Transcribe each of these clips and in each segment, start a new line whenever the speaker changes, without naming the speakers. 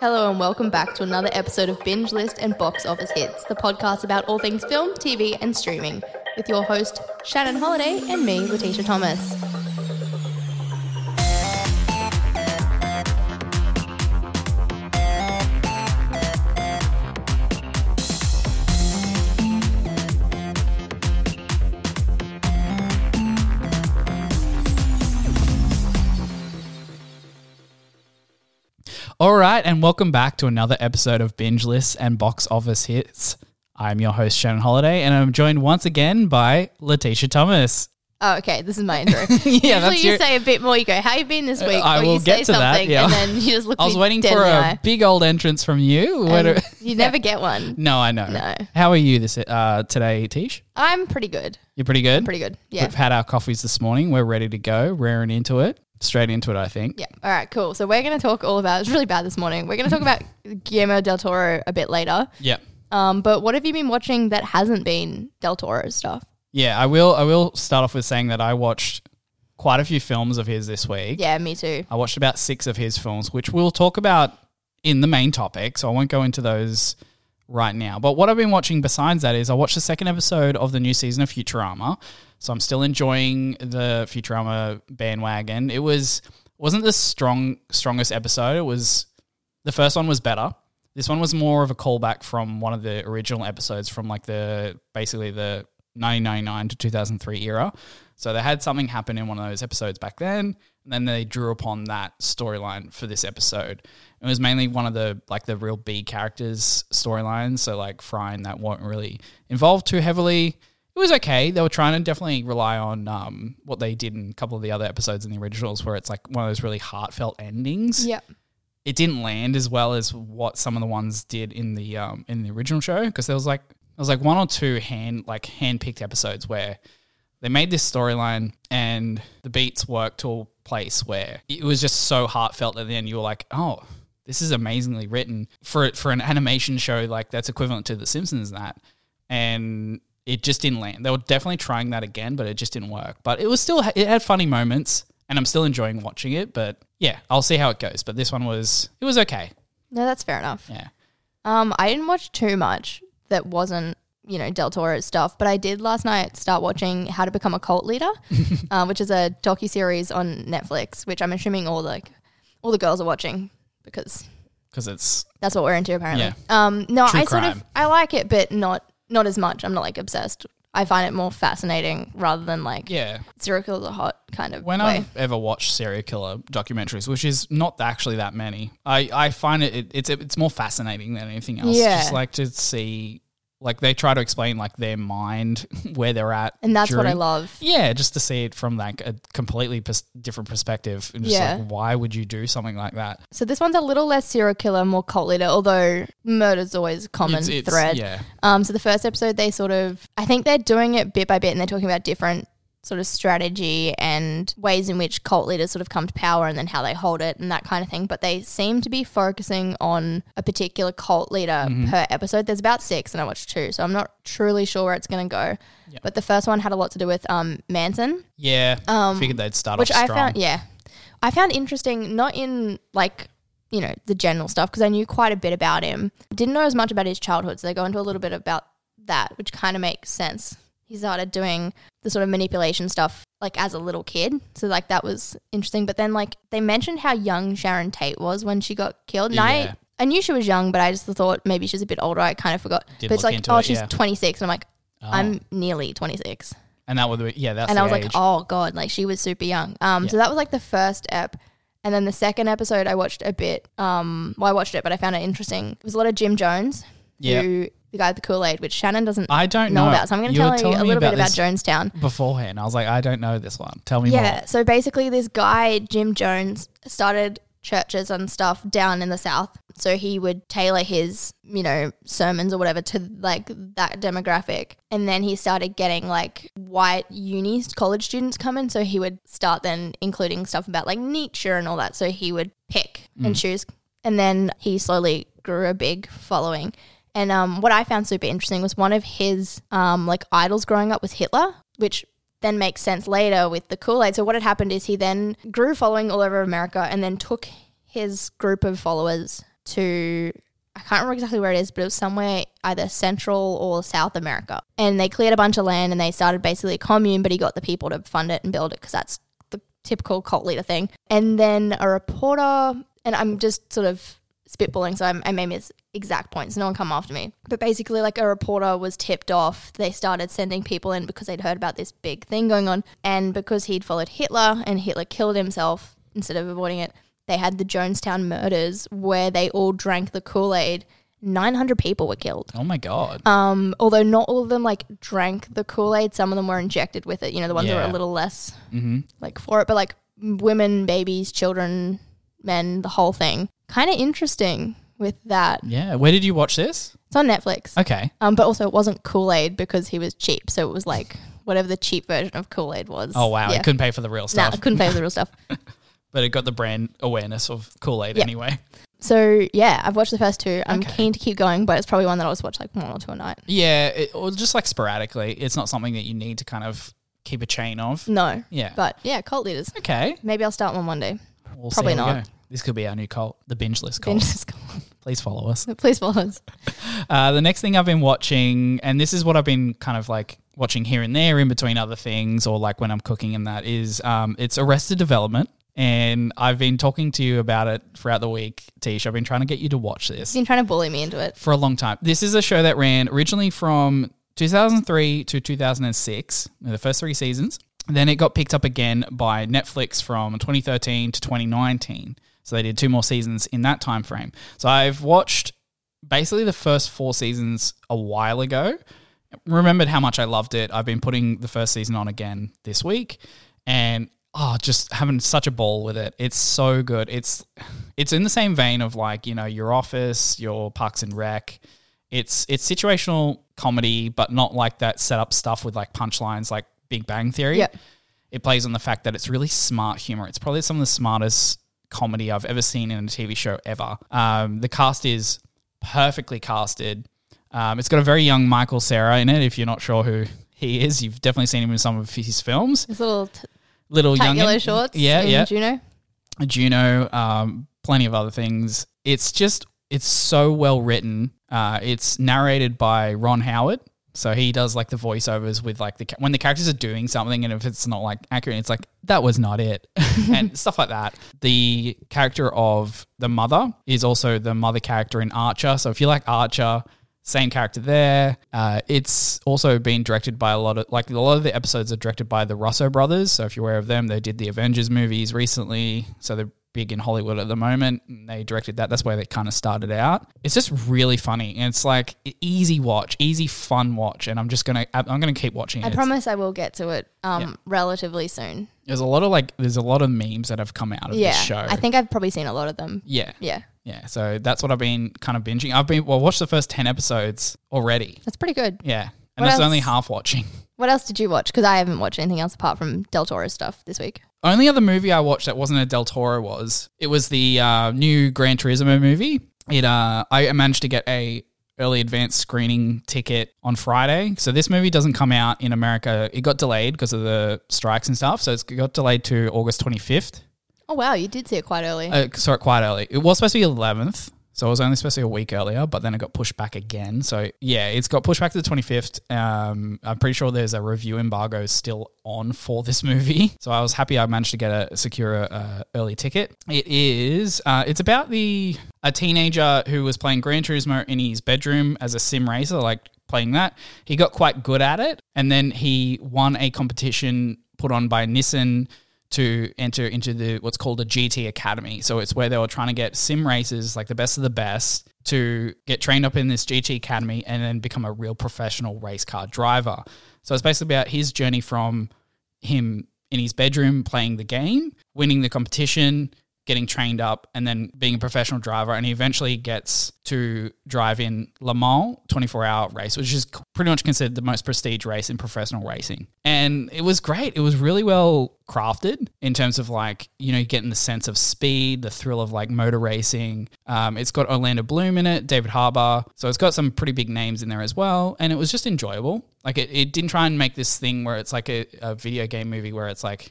Hello and welcome back to another episode of Binge List and Box Office Hits, the podcast about all things film, TV, and streaming, with your host Shannon Holiday and me, Letitia Thomas.
All right, and welcome back to another episode of Binge Lists and Box Office Hits. I'm your host, Shannon Holiday, and I'm joined once again by Letitia Thomas.
Oh, okay, this is my intro.
Yeah,
Usually
that's
you
your-
say a bit more, you go, how you been this week?
Uh, I
or you
will
say
get to
something
that, yeah.
and then you just look
I was
me
waiting
dead
for
in the
a
eye.
big old entrance from you. What
And
a-
you never get one.
no, I know.
Um, No.
How are you this uh, today, Tish?
I'm pretty good.
You're pretty good.
Pretty good. Yeah.
We've had our coffees this morning. We're ready to go, raring into it, straight into it. I think.
Yeah. All right, cool. So we're going to talk all about, it's really bad this morning. We're going to talk about Guillermo del Toro a bit later.
Yeah.
Um, but what have you been watching that hasn't been Del Toro stuff?
Yeah. I will. I will start off with saying that I watched quite a few films of his this week.
Yeah, me too.
I watched about six of his films, which we'll talk about in the main topic. So I won't go into those right now. But what I've been watching besides that is I watched the second episode of the new season of Futurama. So I'm still enjoying the Futurama bandwagon. It was wasn't the strong strongest episode. It was the first one was better. This one was more of a callback from one of the original episodes from like the basically the 1999 to 2003 era. So they had something happen in one of those episodes back then, and then they drew upon that storyline for this episode. It was mainly one of the like the real B characters storylines. So like Fry and that weren't really involved too heavily. It was okay. They were trying to definitely rely on um, what they did in a couple of the other episodes in the originals, where it's like one of those really heartfelt endings
Yep.
it didn't land as well as what some of the ones did in the um in the original show because there was like there was like one or two hand like hand picked episodes where they made this storyline and the beats worked to a place where it was just so heartfelt at the end you were like oh this is amazingly written for for an animation show like that's equivalent to the simpsons and that and it just didn't land they were definitely trying that again but it just didn't work but it was still it had funny moments and i'm still enjoying watching it but yeah i'll see how it goes but this one was it was okay
No, that's fair enough.
yeah
Um, I didn't watch too much that wasn't, you know, Del Toro stuff, but I did last night start watching How to Become a Cult Leader, uh, which is a docu series on Netflix, which I'm assuming all like all the girls are watching because
because it's
that's what we're into apparently. Um, no,
True
I sort of
crime.
I like it, but not not as much. I'm not like obsessed. I find it more fascinating rather than like
yeah
serial killers are hot kind of
when
way.
I've ever watched serial killer documentaries, which is not actually that many, I, I find it, it it's it's more fascinating than anything else.
Yeah.
Just like to see, like they try to explain like their mind where they're at,
and that's what I
during-
love.
Yeah, just to see it from like a completely pers- different perspective, and just
Yeah.
like why would you do something like that?
So this one's a little less serial killer, more cult leader, although murder's always a common
It's- it's-
thread.
Yeah,
Um, so the first episode, they sort of, I think they're doing it bit by bit, and they're talking about different sort of strategy and ways in which cult leaders sort of come to power, and then how they hold it and that kind of thing. But they seem to be focusing on a particular cult leader
Mm-hmm.
per episode. There's about six, and I watched two, so I'm not truly sure where it's going to go. But the first one had a lot to do with um, Manson
yeah. Figured they'd start
Um, which
off
I
strong.
found yeah, I found interesting. Not in like you know the general stuff because I knew quite a bit about him. Didn't know as much about his childhood, so they go into a little bit about that, which kind of makes sense. He started doing the sort of manipulation stuff like as a little kid, so like that was interesting. But then like they mentioned how young Sharon Tate was when she got killed, and
Yeah.
I. I knew she was young, but I just thought maybe she's a bit older. I kind of forgot.
Did
but it's
look
like,
into
oh,
it,
she's
yeah. Oh.
26. And I'm like, I'm nearly 26
and that would yeah, that's
and
the
I was
age.
like, oh god, like she was super young. Um, so that was like the first ep, and then the second episode I watched a bit. Um, well, I watched it, but I found it interesting. It was a lot of Jim Jones,
Yeah.
who the guy with the Kool Aid, which Shannon doesn't
I don't
know
know
about. So I'm going to
You
tell
were
you
telling
a
me
little bit about
this
Jonestown.
beforehand. I was like, I don't know this one. Tell me more.
Yeah. So basically, this guy, Jim Jones, started churches and stuff down in the South. So he would tailor his, you know, sermons or whatever to like that demographic. And then he started getting like white uni college students come in. So he would start then including stuff about like Nietzsche and all that. So he would pick
Hmm.
and choose. And then he slowly grew a big following. And um, what I found super interesting was one of his um, like idols growing up was Hitler, which then makes sense later with the Kool Aid. So what had happened is he then grew following all over America and then took his group of followers to I can't remember exactly where it is, but it was somewhere either Central or South America. And they cleared a bunch of land and they started basically a commune, but he got the people to fund it and build it because that's the typical cult leader thing. And then a reporter, and I'm just sort of spitballing, so I'm, I may miss exact points. No one come after me. But basically, like a reporter was tipped off. They started sending people in because they'd heard about this big thing going on. And because he'd followed Hitler and Hitler killed himself instead of avoiding it, they had the Jonestown murders where they all drank the Kool Aid. 900 people were killed.
Oh my god.
Um, although not all of them like drank the Kool Aid, some of them were injected with it. You know, the ones that were a
Yeah.
little less
hmm
like for it, but like women, babies, children, men, the whole thing. Kind of interesting with that.
Yeah. Where did you watch this?
It's on Netflix.
Okay.
Um, but also it wasn't Kool Aid because he was cheap, so it was like whatever the cheap version of Kool Aid was.
Oh wow.
yeah.
It couldn't pay for the real
Nah,
stuff,
I couldn't pay for the real stuff.
but it got the brand awareness of Kool Aid
Yeah.
anyway.
So yeah, I've watched the first two. I'm
Okay.
keen to keep going, but it's probably one that I always watch like one or two a night.
Yeah. It, or just like sporadically. It's not something that you need to kind of keep a chain of.
No,
Yeah.
but yeah, cult leaders.
okay.
Maybe I'll start one one day.
We'll
Probably
how we
not.
go. This could be our new cult, the binge list
Binge
cult.
this cult.
Please follow us.
Please follow us.
Uh, the next thing I've been watching, and this is what I've been kind of like watching here and there in between other things, or like when I'm cooking and that is, um, it's Arrested Development, and I've been talking to you about it throughout the week, Tish. I've been trying to get you to watch this
He's been trying to bully me into it.
for a long time. This is a show that ran originally from 2003 to 2006, the first three seasons. Then it got picked up again by Netflix from 2013 to 2019. So they did two more seasons in that time frame. So I've watched basically the first four seasons a while ago. Remembered how much I loved it. I've been putting the first season on again this week and oh, just having such a ball with it. It's so good. It's it's in the same vein of like, you know, your office, your parks and rec. It's it's situational comedy, but not like that setup stuff with like punchlines like Big Bang Theory
Yeah.
it plays on the fact that it's really smart humor. It's probably some of the smartest comedy I've ever seen in a TV show ever. Um, the cast is perfectly casted. Um, it's got a very young Michael Sarah in it. If you're not sure who he is, you've definitely seen him in some of his films.
His little t-
Little
tight
young,
yellow shorts. Mm,
yeah,
in
yeah.
Juno.
Juno, um, plenty of other things. It's just it's so well written. Uh, it's narrated by Ron Howard, so he does like the voiceovers with like the ca- when the characters are doing something, and if it's not like accurate, it's like that was not it, and stuff like that. The character of the mother is also the mother character in Archer. So if you like Archer. Same character there. Uh, it's also been directed by a lot of like a lot of the episodes are directed by the Russo brothers. So if you're aware of them, they did the Avengers movies recently. So they're big in Hollywood at the moment. And they directed that. That's where they kind of started out. It's just really funny and it's like e-, easy watch, easy fun watch. And I'm just gonna I'm gonna keep watching it.
I
It's-
promise I will get to it um, relatively soon.
There's a lot of like there's a lot of memes that have come out of
Yeah,
this show.
I think I've probably seen a lot of them.
yeah.
Yeah,
Yeah. So that's what I've been kind of binging. I've been well I watched the first ten episodes already.
that's pretty good.
Yeah. And
What
that's
else?
only half watching.
What else did you watch? Because I haven't watched anything else apart from Del Toro stuff this week.
Only other movie I watched that wasn't a Del Toro was it was the uh, new Gran Turismo movie. It uh, I managed to get a early advance screening ticket on Friday. So this movie doesn't come out in America. It got delayed because of the strikes and stuff. So it's got delayed to August 25th.
Oh wow, you did see it quite early.
I saw it Uh, quite early. It was supposed to be 11th. So it was only supposed to be a week earlier, but then it got pushed back again. So yeah, it's got pushed back to the 25th. Um, I'm pretty sure there's a review embargo still on for this movie. So I was happy I managed to get a secure uh, early ticket. It is. Uh, it's about the a teenager who was playing Gran Turismo in his bedroom as a sim racer, like playing that. He got quite good at it, and then he won a competition put on by Nissan to enter into the what's called a GT Academy. So it's where they were trying to get sim racers, like the best of the best, to get trained up in this GT Academy and then become a real professional race car driver. So it's basically about his journey from him in his bedroom playing the game, winning the competition, getting trained up, and then being a professional driver. And he eventually gets to drive in Le Mans 24 hour race, which is c- pretty much considered the most prestige race in professional racing. And it was great. It was really well crafted in terms of like, you know, getting the sense of speed, the thrill of like motor racing. Um, it's got Orlando Bloom in it, David Harbour. So it's got some pretty big names in there as well. And it was just enjoyable. Like it, it didn't try and make this thing where it's like a, a video game movie where it's like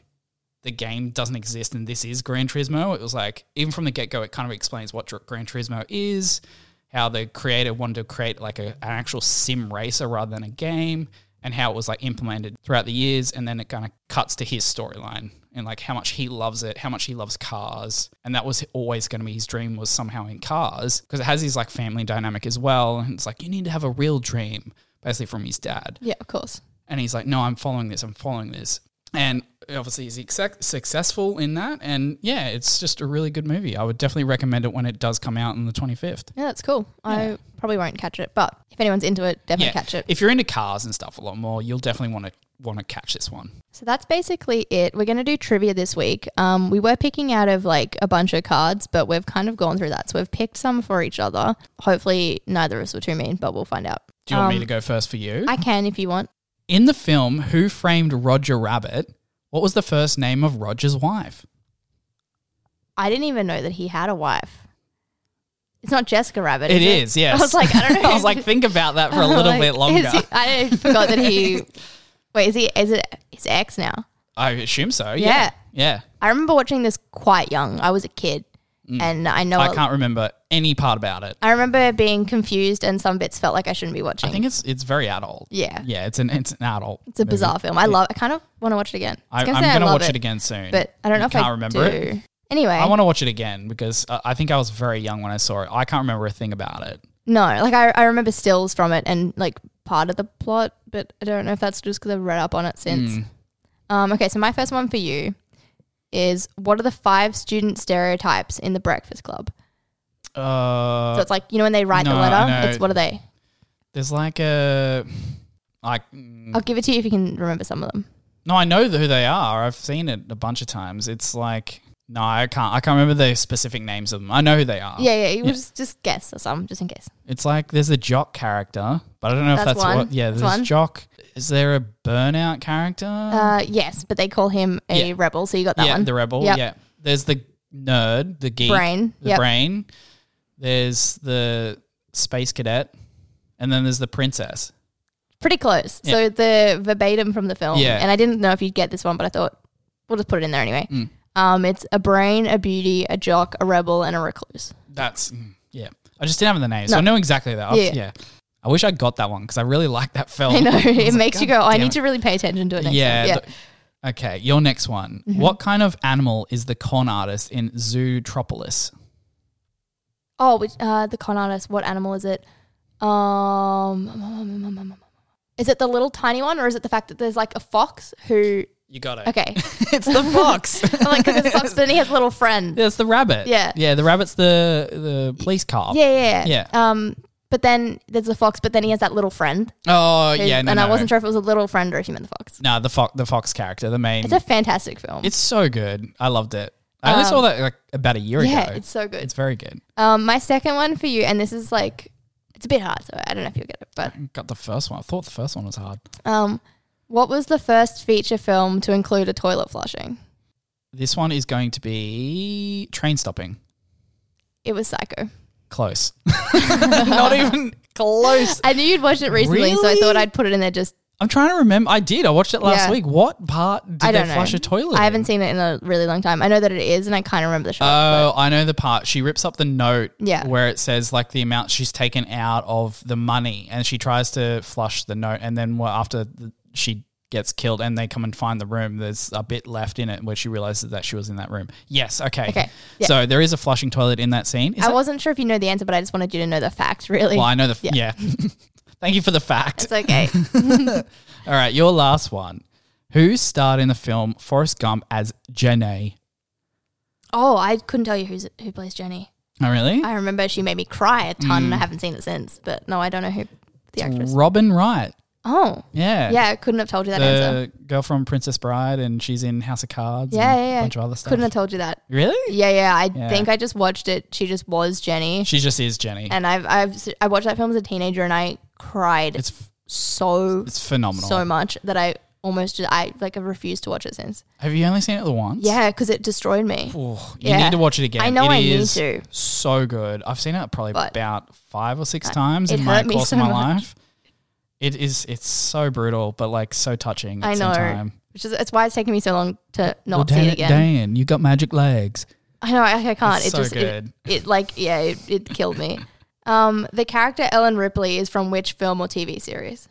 the game doesn't exist and this is Gran Turismo. It was like even from the get go, it kind of explains what Dr- Gran Turismo is, how the creator wanted to create like a, an actual sim racer rather than a game, and how it was like implemented throughout the years, and then it kind of cuts to his storyline and like how much he loves it, how much he loves cars, and that was always going to be his dream was somehow in cars because it has his like family dynamic as well, and it's like you need to have a real dream basically from his dad.
Yeah, of course.
And he's like, no, I'm following this. I'm following this. And obviously, he's exec- successful in that. And yeah, it's just a really good movie. I would definitely recommend it when it does come out on the 25th.
Yeah, that's cool.
Yeah.
I probably won't catch it, but if anyone's into it, definitely
Yeah.
catch it.
If you're into cars and stuff a lot more, you'll definitely want to want to catch this one.
So that's basically it. We're going to do trivia this week. Um, we were picking out of like a bunch of cards, but we've kind of gone through that. So we've picked some for each other. Hopefully, neither of us were too mean, but we'll find out.
Do you want me
Um,
to go first for you?
I can if you want.
in the film Who Framed Roger Rabbit, what was the first name of Roger's wife?
I didn't even know that he had a wife. It's not Jessica Rabbit.
It
is
is, yes.
I was like, I don't know.
I was like, think about that for a little
Like,
bit longer.
is he- I forgot that he. Wait, is he? Is it his ex now?
I assume so.
Yeah.
Yeah.
I remember watching this quite young. I was a kid, and I know.
Mm. I
a-
can't remember any part about it.
I remember being confused, and some bits felt like I shouldn't be watching.
I think it's it's very adult.
Yeah.
Yeah, it's an it's an adult.
It's a bizarre film. I love. I kind of want to watch it again.
I,
was
I'm
say
going to
love
watch it, again soon.
but I don't know
You
if
can't
I
remember
do.
it.
Anyway,
I want to watch it again because uh, I think I was very young when I saw it. I can't remember a thing about it.
no, like I, I remember stills from it and like part of the plot, but I don't know if that's just because I've read up on it since.
Hmm.
Um, okay, so my first one for you is what are the five student stereotypes in the Breakfast Club?
Uh,
so it's like you know when they write
no,
the
I know.
letter, it's what are they?
there's like a like mm,
I'll give it to you if you can remember some of them.
no, I know who they are. I've seen it a bunch of times. It's like no, I can't. I can't remember the specific names of them. I know who they are.
yeah, yeah, you just just guess some just in case.
It's like there's a jock character, but I don't know if
That's
that's
one.
what. Yeah,
That's
there's
one.
jock. Is there a burnout character?
Uh, yes, but they call him a
Um. Yeah.
rebel, so you got that
yeah,
one.
the rebel.
Yep.
Yeah. There's the nerd, the geek,
Brain,
the
yep.
brain. There's the space cadet, and then there's the princess.
Pretty close.
Yeah.
So the verbatim from the film.
Yeah.
And I didn't know if you'd get this one, but I thought we'll just put it in there anyway.
Mm.
Um, it's a brain, a beauty, a jock, a rebel, and a recluse.
That's mm, yeah. I just didn't have the name, so
No.
I know exactly that.
Yeah.
Yeah. yeah. I wish I got that one because I really like that film.
I know
was
it
Oh, like,
makes you
"God
go. "Oh, I
damn
need
it."
to really pay attention to it. Next
Yeah.
time. yeah. Mm-hmm.
th- okay, your next one. What kind of animal is the con artist in Zootropolis?
oh, which, uh, the con artist. What animal is it? Um, is it the little tiny one, or is it the fact that there's like a fox who?
You got it.
Okay,
it's the fox.
I'm like because it's fox, but then he has a little friend.
There's the rabbit.
Yeah.
Yeah, the rabbit's the the police car.
Yeah, yeah,
Yeah.
Um, but then there's a fox, but then he has that little friend.
Oh, yeah. No,
and
no.
I wasn't sure if it was a little friend or if you meant the fox.
No, the fox, the fox character, the main.
It's
It's,
a fantastic film.
so good. I loved it. I only saw that like about a year
Um, yeah,
ago.
it's so good.
It's very good.
Um, my second one for you, and this is like it's a bit hard, so I don't know if you'll get it. But
Got the first one. I thought the first one was hard.
um, what was the first feature film to include a toilet flushing?
This one is going to be train stopping.
It was Psycho.
Close. Not even close.
I knew you'd watched it recently, so I
Really?
thought I'd put it in there. Just
I'm trying to remember. I did. I watched it last
Yeah.
week. What part did
I
they
don't know.
flush a toilet?
I haven't
in?
seen it in a really long time. I know that it is, and I kind of remember the shot.
Oh, I know the part. She rips up the note
Yeah.
where it says like the amount she's taken out of the money and she tries to flush the note. And then well, after th- she gets killed and they come and find the room, there's a bit left in it where she realizes that she was in that room. Yes. Okay.
Okay, yeah.
So there is a flushing toilet in that scene. Oh. Is
but I
that-
wasn't sure if you know the answer, but I just wanted you to know the facts. Really,
well, I know the. F- yeah. Thank you for the fact.
it's okay.
All right. Your last one. Who starred in the film Forrest Gump as Jenny?
oh, I couldn't tell you who's who plays Jenny.
Oh, really?
I remember she made me cry a ton,
Mm.
and I haven't seen it since. But no, I don't know who the actress.
Robin Wright.
Oh,
Yeah.
yeah, I couldn't have told you that answer.
the girl from Princess Bride, and she's in House of Cards.
Yeah,
and
yeah, yeah.
A bunch of other stuff.
Couldn't have told you that.
really?
Yeah, yeah. I
Yeah.
think I just watched it. She just was Jenny,
She just is Jenny.
and I've I've s- I watched that film as a teenager, and I cried
it's f-
so
it's phenomenal.
so much that I almost just, I like I've refused to watch it since.
have you only seen it the once?
Yeah, because it destroyed me.
Oh, you
Yeah.
need to watch it again.
I know
It
I need
is
to.
So good. I've seen it probably
But-
about five or six times
it
in my
hurt me
course
so
of my
much.
life. It is. It's so brutal, but like so touching. At
I
Some
know.
time.
which is it's why it's taken me so long to not
Well,
see
damn
it again.
Dan, you got magic legs.
I know I, I can't.
It's
it
so
just
good.
It, it like yeah, it, it killed me. Um, the character Ellen Ripley is from which film or TV series?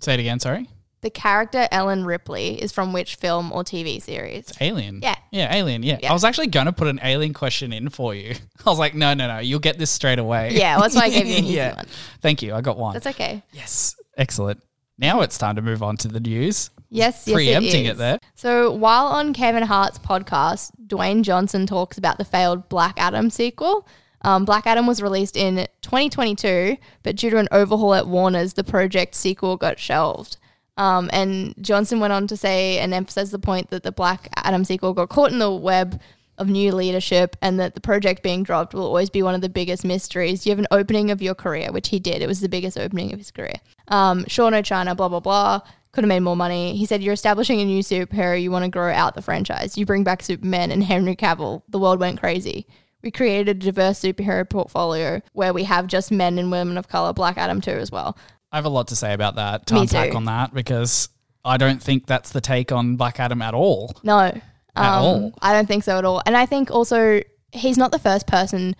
Say it again, sorry.
The character Ellen Ripley is from which film or TV series?
Alien.
Yeah.
Yeah, alien. Yeah.
Yeah.
I was actually going to put an alien question in for you. I was like, no, no, no. You'll get this straight away.
Yeah, well, that's why I gave you an easy
Yeah.
one.
Thank you. I got one.
That's okay.
yes. Excellent. Now it's time to move on to the news.
Yes, yes,
Preempting
it,
it,
is.
there.
So while on Kevin Hart's podcast, Dwayne Johnson talks about the failed Black Adam sequel. Um, Black Adam was released in 2022, but due to an overhaul at Warner's, the project sequel got shelved. Um, and Johnson went on to say and emphasize the point that the Black Adam sequel got caught in the web of new leadership and that the project being dropped will always be one of the biggest mysteries. You have an opening of your career, which he did. It was the biggest opening of his career. Um, sure, no China, blah, blah, blah. Could have made more money. He said, You're establishing a new superhero. You want to grow out the franchise. You bring back Superman and Henry Cavill. The world went crazy. We created a diverse superhero portfolio where we have just men and women of color, Black Adam too, as well.
I have a lot to say about that, to
Me
unpack
too.
on that, because I don't think that's the take on Black Adam at all.
No, um,
all.
I don't think so at all. And I think also he's not the first person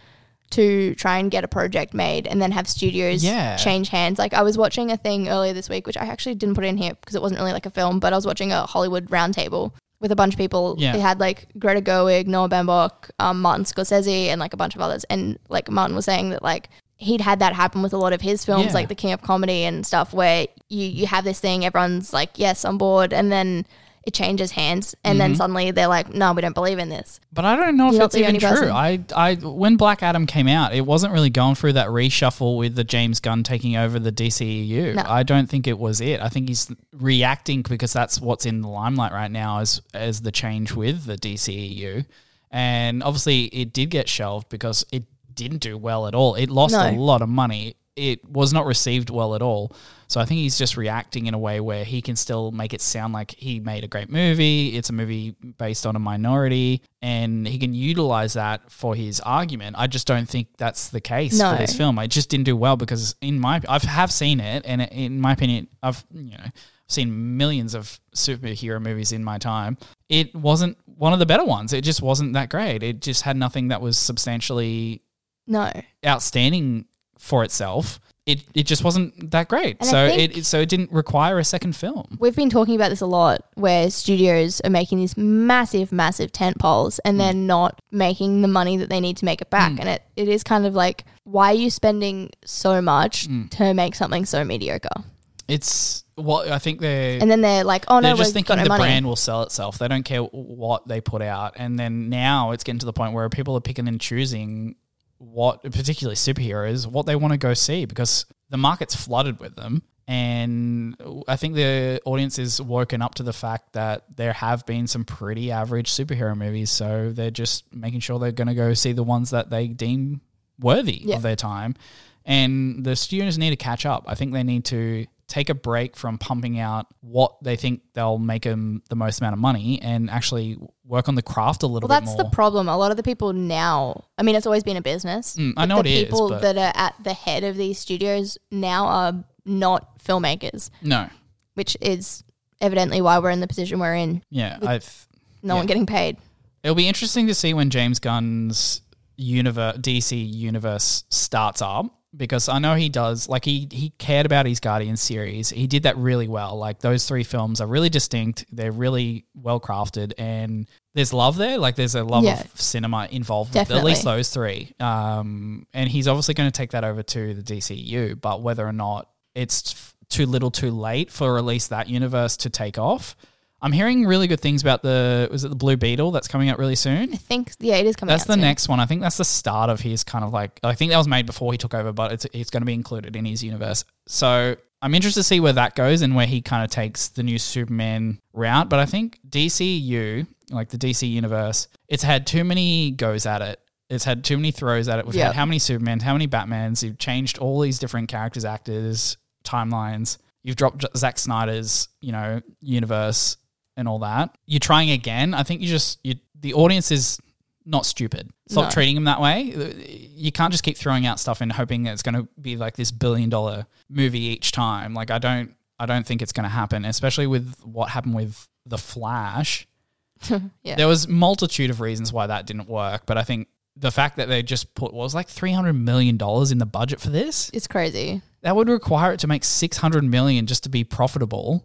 to try and get a project made and then have studios
Yeah.
change hands. Like I was watching a thing earlier this week, which I actually didn't put in here because it wasn't really like a film, but I was watching a Hollywood roundtable with a bunch of people.
Yeah.
They had like Greta Gerwig, Noah Bambach, um, Martin Scorsese, and like a bunch of others. And like Martin was saying that like he'd had that happen with a lot of his films,
Yeah.
like The King of Comedy and stuff, where you you have this thing, everyone's like, yes, on board, and then it changes hands, and
Mm-hmm.
then suddenly they're like, no, we don't believe in this.
But I don't know if
You're not
that's
the
even
only
true.
person.
I, I, when Black Adam came out, it wasn't really going through that reshuffle with the James Gunn taking over the DCEU.
No.
I don't think it was it. I think he's reacting because that's what's in the limelight right now as as the change with the DCEU. And obviously it did get shelved because it didn't do well at all. It lost a
No.
lot of money. It was not received well at all. So I think he's just reacting in a way where he can still make it sound like he made a great movie. It's a movie based on a minority and he can utilize that for his argument. I just don't think that's the case
No.
for this film. It just didn't do well because in my I've have seen it and in my opinion I've you know seen millions of superhero movies in my time. It wasn't one of the better ones. It just wasn't that great. It just had nothing that was substantially
No,
outstanding for itself. It it just wasn't that great.
And I
so
think-
it, it so it didn't require a second film.
we've been talking about this a lot, where studios are making these massive, massive tent poles, and they're
Mm.
not making the money that they need to make it back. And it, it is kind of like, why are you spending so much
Mm.
to make something so mediocre?
It's what I think they're
And then they're like, oh no,
they're just
we've
thinking
got no
the
money.
brand will sell itself. They don't care what they put out. And then now it's getting to the point where people are picking and choosing what, particularly superheroes, what they want to go see because the market's flooded with them. And I think the audience is woken up to the fact that there have been some pretty average superhero movies. So they're just making sure they're going to go see the ones that they deem worthy
Yeah.
of their time. And the students need to catch up. I think they need to take a break from pumping out what they think they'll make them the most amount of money and actually work on the craft a little
Well, that's
bit more.
the problem. A lot of the people now, I mean, it's always been a business.
Mm, I
but
know it
the
is,
people
but-
that are at the head of these studios now are not filmmakers,
no.
which is evidently why we're in the position we're in.
Yeah. I've,
No one getting paid.
it'll be interesting to see when James Gunn's universe, DC universe starts up because I know he does like he he cared about his Guardian series. He did that really well. Like those three films are really distinct. They're really well crafted and there's love there. Like there's a love
Yeah.
of cinema involved with at
Definitely.
least those three. Um and he's obviously going to take that over to the DCU, but whether or not it's f- too little too late for at least that universe to take off. I'm hearing really good things about the was it the Blue Beetle that's coming out really soon.
I think, yeah, it is coming
That's
out
the
soon.
next one. I think that's the start of his kind of like. I think that was made before he took over, but it's it's going to be included in his universe. So I'm interested to see where that goes and where he kind of takes the new Superman route. But I think DCU, like the DC universe, it's had too many goes at it. It's had too many throws at it. We've
Yeah.
had how many Supermans, how many Batmans? You've changed all these different characters, actors, timelines. You've dropped J- Zack Snyder's, you know, universe and all that. You're trying again. I think you just you the audience is not stupid. Stop
No.
treating them that way. You can't just keep throwing out stuff and hoping that it's going to be like this billion dollar movie each time. Like I don't. I don't think it's going to happen, especially with what happened with The Flash.
Yeah.
There was multitude of reasons why that didn't work, but I think the fact that they just put what was like three hundred million dollars in the budget for this
It's crazy.
that would require it to make 600 million just to be profitable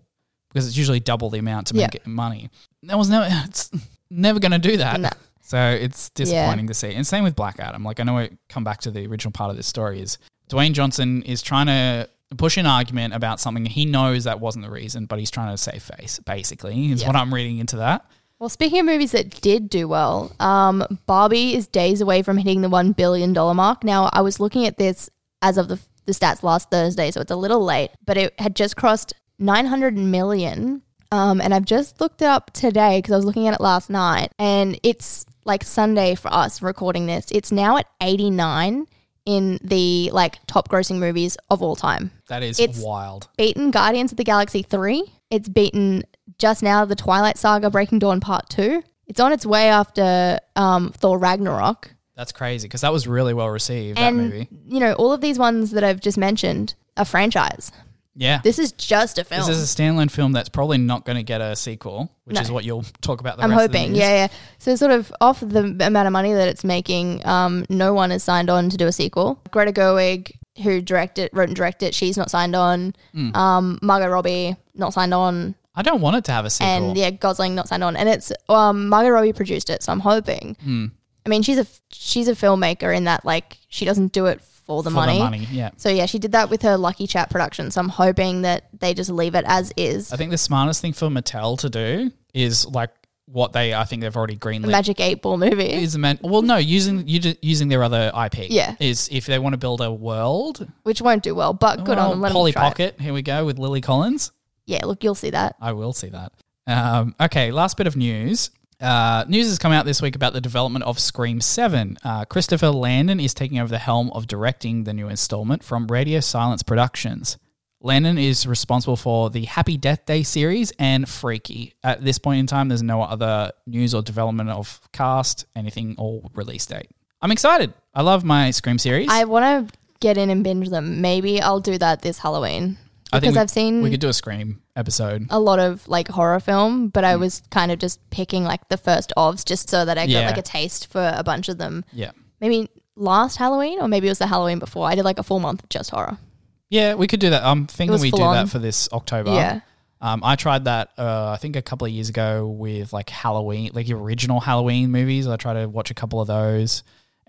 because it's usually double the amount to
Yeah.
make it money. That was never, it's never going to do that.
No.
So it's disappointing to see. And same with Black Adam. Like I know I come back to the original part of this story is Dwayne Johnson is trying to push an argument about something he knows that wasn't the reason, but he's trying to save face basically is
Yeah.
what I'm reading into that.
Well, speaking of movies that did do well, um, Barbie is days away from hitting the one billion dollar mark. Now, I was looking at this as of the the stats last Thursday, so it's a little late, but it had just crossed nine hundred million. Um, and I've just looked it up today because I was looking at it last night, and it's like Sunday for us recording this. It's now at eighty nine in the like top grossing movies of all time
That is
It's-
wild.
beaten Guardians of the Galaxy 3. It's beaten just now The Twilight Saga Breaking Dawn Part 2. It's on its way after um, Thor Ragnarok.
That's crazy because that was really well received
and,
that movie.
you know, all of these ones that I've just mentioned are franchise.
Yeah.
This is just a film.
This is a standalone film that's probably not going to get a sequel, which
No.
is what you'll talk about. The
I'm
rest of the
hoping.
news.
Yeah, yeah. So, sort of off the amount of money that it's making, um, no one has signed on to do a sequel. Greta Gerwig, who directed, wrote and directed, she's not signed on.
Hmm.
Um, Margot Robbie, not signed on.
I don't want it to have a sequel.
and yeah, Gosling not signed on, and it's um, Margot Robbie produced it, so I'm hoping.
Hmm.
I mean, she's a she's a filmmaker in that like she doesn't do it for the,
for
money.
the money, yeah.
So yeah, she did that with her Lucky Chat production. So I'm hoping that they just leave it as is.
I think the smartest thing for Mattel to do is like what they, I think they've already greenlit.
Magic Eight Ball movie.
is man- well, no, using you ju- using their other IP.
Yeah.
is if they want to build a world.
which won't do well, but good on
well,
them. Let 'em
Oh, Polly
try it.
Pocket. Here we go with Lily Collins.
Yeah, look, you'll see that.
I will see that. Um, okay, last bit of news. Uh, news has come out this week about the development of Scream 7. Uh, Christopher Landon is taking over the helm of directing the new installment from Radio Silence Productions. Landon is responsible for the Happy Death Day series and Freaky. At this point in time, there's no other news or development of cast, anything, or release date. I'm excited. I love my Scream series.
I want to get in and binge them. Maybe I'll do that this Halloween
I
because
we-
I've seen
We could do a Scream episode.
a lot of like horror film, but I
Hmm.
was kind of just picking like the first ofs just so that I
Yeah.
got like a taste for a bunch of them.
Yeah.
Maybe last Halloween or maybe it was the Halloween before. I did like a full month of just horror.
Yeah, we could do that. I'm thinking
was
we do
full on.
that for this October.
Yeah.
Um, I tried that, uh, I think, a couple of years ago with like Halloween, like the original Halloween movies. I tried to watch a couple of those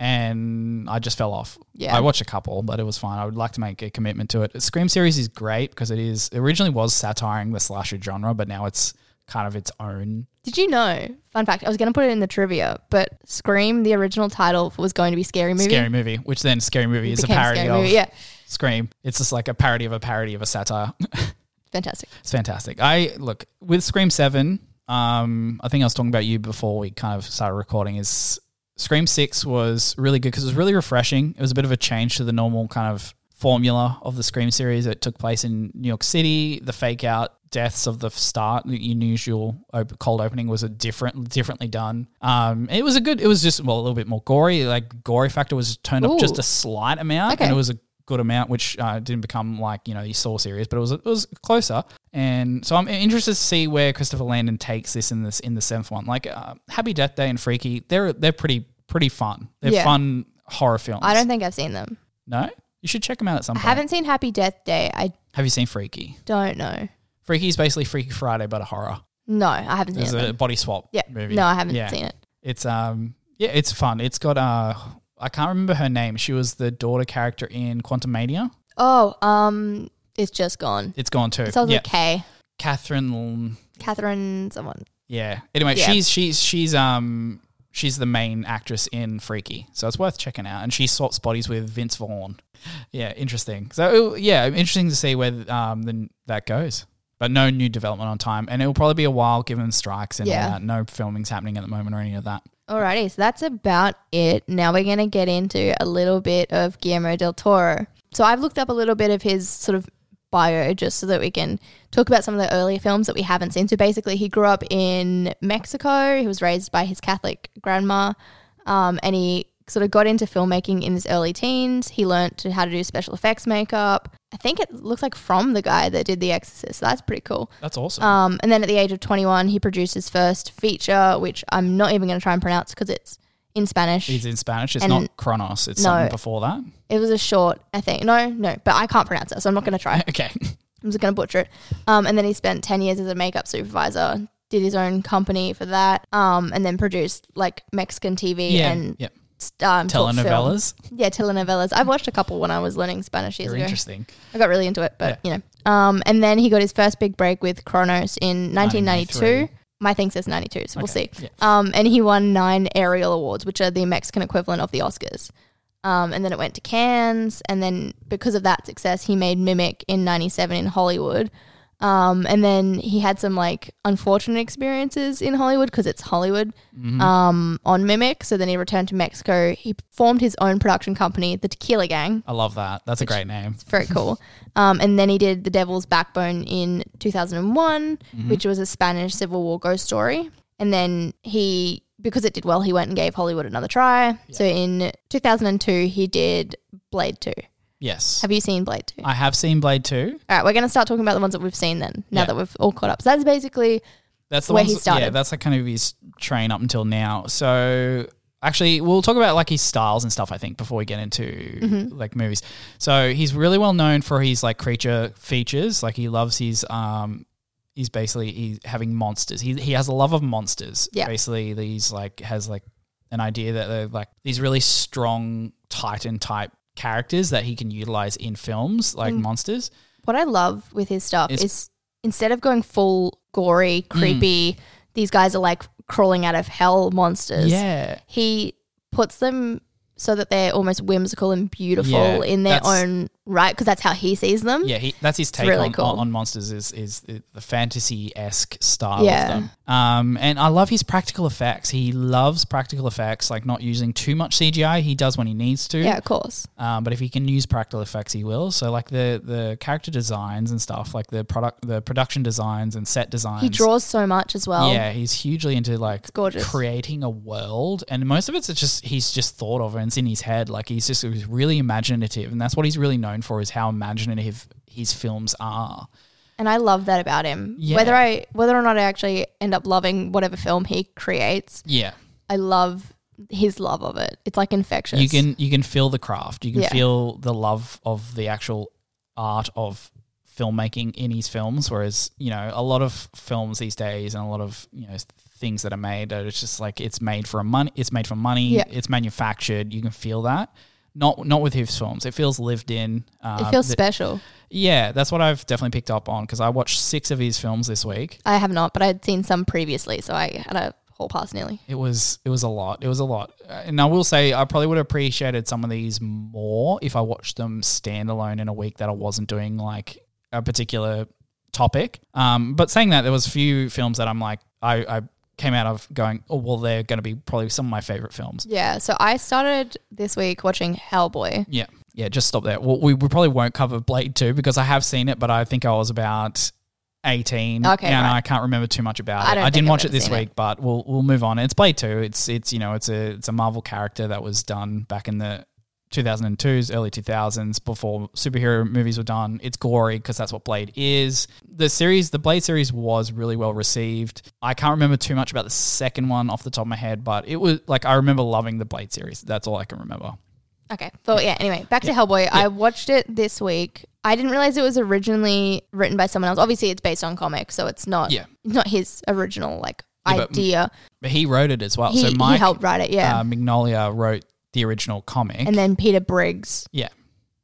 and I just fell off.
Yeah.
I watched a couple, but it was fine. I would like to make a commitment to it. The Scream series is great because it is, it originally was satiring the slasher genre, but now it's kind of its own.
Did you know? Fun fact: I was going to put it in the trivia, but Scream, the original title, was going to be scary movie.
Scary movie, which then Scary Movie is a
Became
parody
Scary
of
Movie, yeah.
Scream. It's just like a parody of a parody of a satire.
Fantastic.
It's fantastic. I look with Scream Seven. Um, I think I was talking about you before we kind of started recording. Is Scream Six was really good because it was really refreshing. It was a bit of a change to the normal kind of formula of the Scream series. It took place in New York City. The fake out deaths of the start, the unusual op- cold opening, was a different, differently done. Um, it was a good. It was just well a little bit more gory. Like gory factor was turned up
Ooh.
just a slight amount,
Okay.
and it was a good amount, which uh, didn't become like you know the Saw series, but it was it was closer. And so I'm interested to see where Christopher Landon takes this in this in the seventh one. Like uh, Happy Death Day and Freaky, they're they're pretty pretty fun. They're
Yeah.
fun horror films.
I don't think I've seen them.
no. You should check them out at some
I
point.
haven't seen Happy Death Day. I
Have you seen Freaky?
don't know.
Freaky is basically Freaky Friday, but a horror.
No, I haven't seen
There's
it.
a body swap
yeah.
movie.
No, I haven't
Yeah.
seen it.
It's um yeah, it's fun. It's got uh I can't remember her name. She was the daughter character in Quantum Mania.
Oh, um, it's just gone.
It's gone too.
It sounds
yeah.
with a K.
Catherine
Catherine, someone.
Yeah. Anyway,
Yeah.
she's she's she's um she's the main actress in Freaky, so it's worth checking out. And she swaps bodies with Vince Vaughn. Yeah, interesting. So it- yeah, interesting to see where um the, that goes. But no new development on time, and it will probably be a while given strikes and all
Yeah.
that. No filming's happening at the moment or any of that.
Alrighty, so that's about it. Now we're going to get into a little bit of Guillermo del Toro. So I've looked up a little bit of his sort of bio just so that we can talk about some of the earlier films that we haven't seen. So basically, he grew up in Mexico. He was raised by his Catholic grandma, um, and he sort of got into filmmaking in his early teens. He learnt to- how to do special effects makeup. I think it looks like from the guy that did The Exorcist. So that's pretty cool.
That's awesome.
Um, and then at the age of 21, he produced his first feature, which I'm not even going to try and pronounce because it's in Spanish.
He's in Spanish. It's
and-
not Kronos. It's
No.
something before that.
It was a short, I think. No, no, but I can't pronounce it, so I'm not going to try.
Okay.
I'm just going to butcher it. Um, and then he spent 10 years as a makeup supervisor, did his own company for that, um, and then produced like Mexican TV
Yeah.
and
yep.
um, short film.
Telenovelas.
Yeah, telenovelas. I've watched a couple when I was learning Spanish years
Very
ago.
interesting.
I got really into it, but you know. Um, and then he got his first big break with Kronos in 1992.
1993.
My thing says 92, so we'll see.
Okay, yeah.
Um, and he won nine Ariel Awards, which are the Mexican equivalent of the Oscars. Um, and then it went to Cannes. And then because of that success, he made Mimic in 97 in Hollywood. Um, and then he had some like unfortunate experiences in Hollywood because it's Hollywood
Mm-hmm.
um, on Mimic. So then he returned to Mexico. He formed his own production company, the Tequila Gang.
I love that. That's a great name.
It's very cool. Um, and then he did The Devil's Backbone in 2001,
Mm-hmm.
which was a Spanish Civil War ghost story. And then he, because it did well, he went and gave Hollywood another try. So in 2002, he did Blade 2.
Yes.
Have you seen Blade 2?
I have seen Blade 2.
all right, we're going to start talking about the ones that we've seen then, now
Yeah.
that we've all caught up. So that's basically,
That's the
Where
one.
he
Yeah,
started.
that's like kind of his train up until now. So actually, we'll talk about like his styles and stuff. I think before we get into
Mm-hmm.
like movies. So he's really well known for his like creature features. Like he loves his um. He's basically he's having monsters. He he has a love of monsters.
Yeah.
Basically, these like has like an idea that they're like these really strong titan type characters that he can utilize in films like
Mm.
monsters.
what I love with his stuff
It's- Mm.
is instead of going full gory, creepy, these guys are like crawling out of hell monsters.
Yeah.
he puts them so that they're almost whimsical and beautiful
Yeah,
in their
that's-
own right because that's how he sees them.
Yeah, he, that's his take
really
on,
cool.
on, on monsters is is the, the fantasy esque style
Yeah.
of them. Um, and I love his practical effects. He loves practical effects, like not using too much CGI. He does when he needs to.
Yeah, of course.
Um, but if he can use practical effects, he will. So like the the character designs and stuff, like the product, the production designs and set designs.
He draws so much as well.
Yeah, he's hugely into like
Oh. gorgeous.
creating a world, and most of it's just he's just thought of and it's in his head. Like he's just he's really imaginative, and that's what he's really known for is how imaginative his films are.
And I love that about him.
Yeah.
Whether I whether or not I actually end up loving whatever film he creates,
Yeah,
I love his love of it. It's like infectious.
you can you can feel the craft, you can
Yeah.
feel the love of the actual art of filmmaking in his films. Whereas you know a lot of films these days and a lot of you know things that are made, are it's just like it's made for a money, it's made for money,
Yeah.
it's manufactured. You can feel that. Not not with his films. It feels lived in. Um,
it feels
th-
special.
yeah, that's what I've definitely picked up on because I watched six of his films this week.
I have not, but I'd seen some previously, so I had a whole pass nearly.
It was it was a lot. It was a lot, Uh, and I will say I probably would have appreciated some of these more if I watched them standalone in a week that I wasn't doing like a particular topic. Um, but saying that, there was a few films that I'm like I, I came out of going, oh well, they're going to be probably some of my favorite films.
Yeah. So I started this week watching Hellboy.
Yeah, yeah. Just stop there. Well, we, we probably won't cover Blade Two because I have seen it, but I think I was about eighteen,
Okay,
and
right.
I can't remember too much about
I
it.
don't
I
think
didn't
I've
watch it
ever
this
seen it.
week, but we'll we'll move on. It's Blade Two. It's it's you know it's a it's a Marvel character that was done back in the. 2002s, early 2000s, before superhero movies were done. It's gory because that's what Blade is. The series, the Blade series, was really well received. I can't remember too much about the second one off the top of my head, but it was like I remember loving the Blade series. That's all I can remember.
Okay. But yeah, anyway, back to Hellboy. I watched it this week. I didn't realize it was originally written by someone else. Obviously, it's based on comics, so it's not
Yeah.
not his original like
Yeah, but-
idea.
But he wrote it as well.
He,
so
he
Mike
helped write it, yeah.
uh, Magnolia wrote the original comic.
and then Peter Briggs
yeah,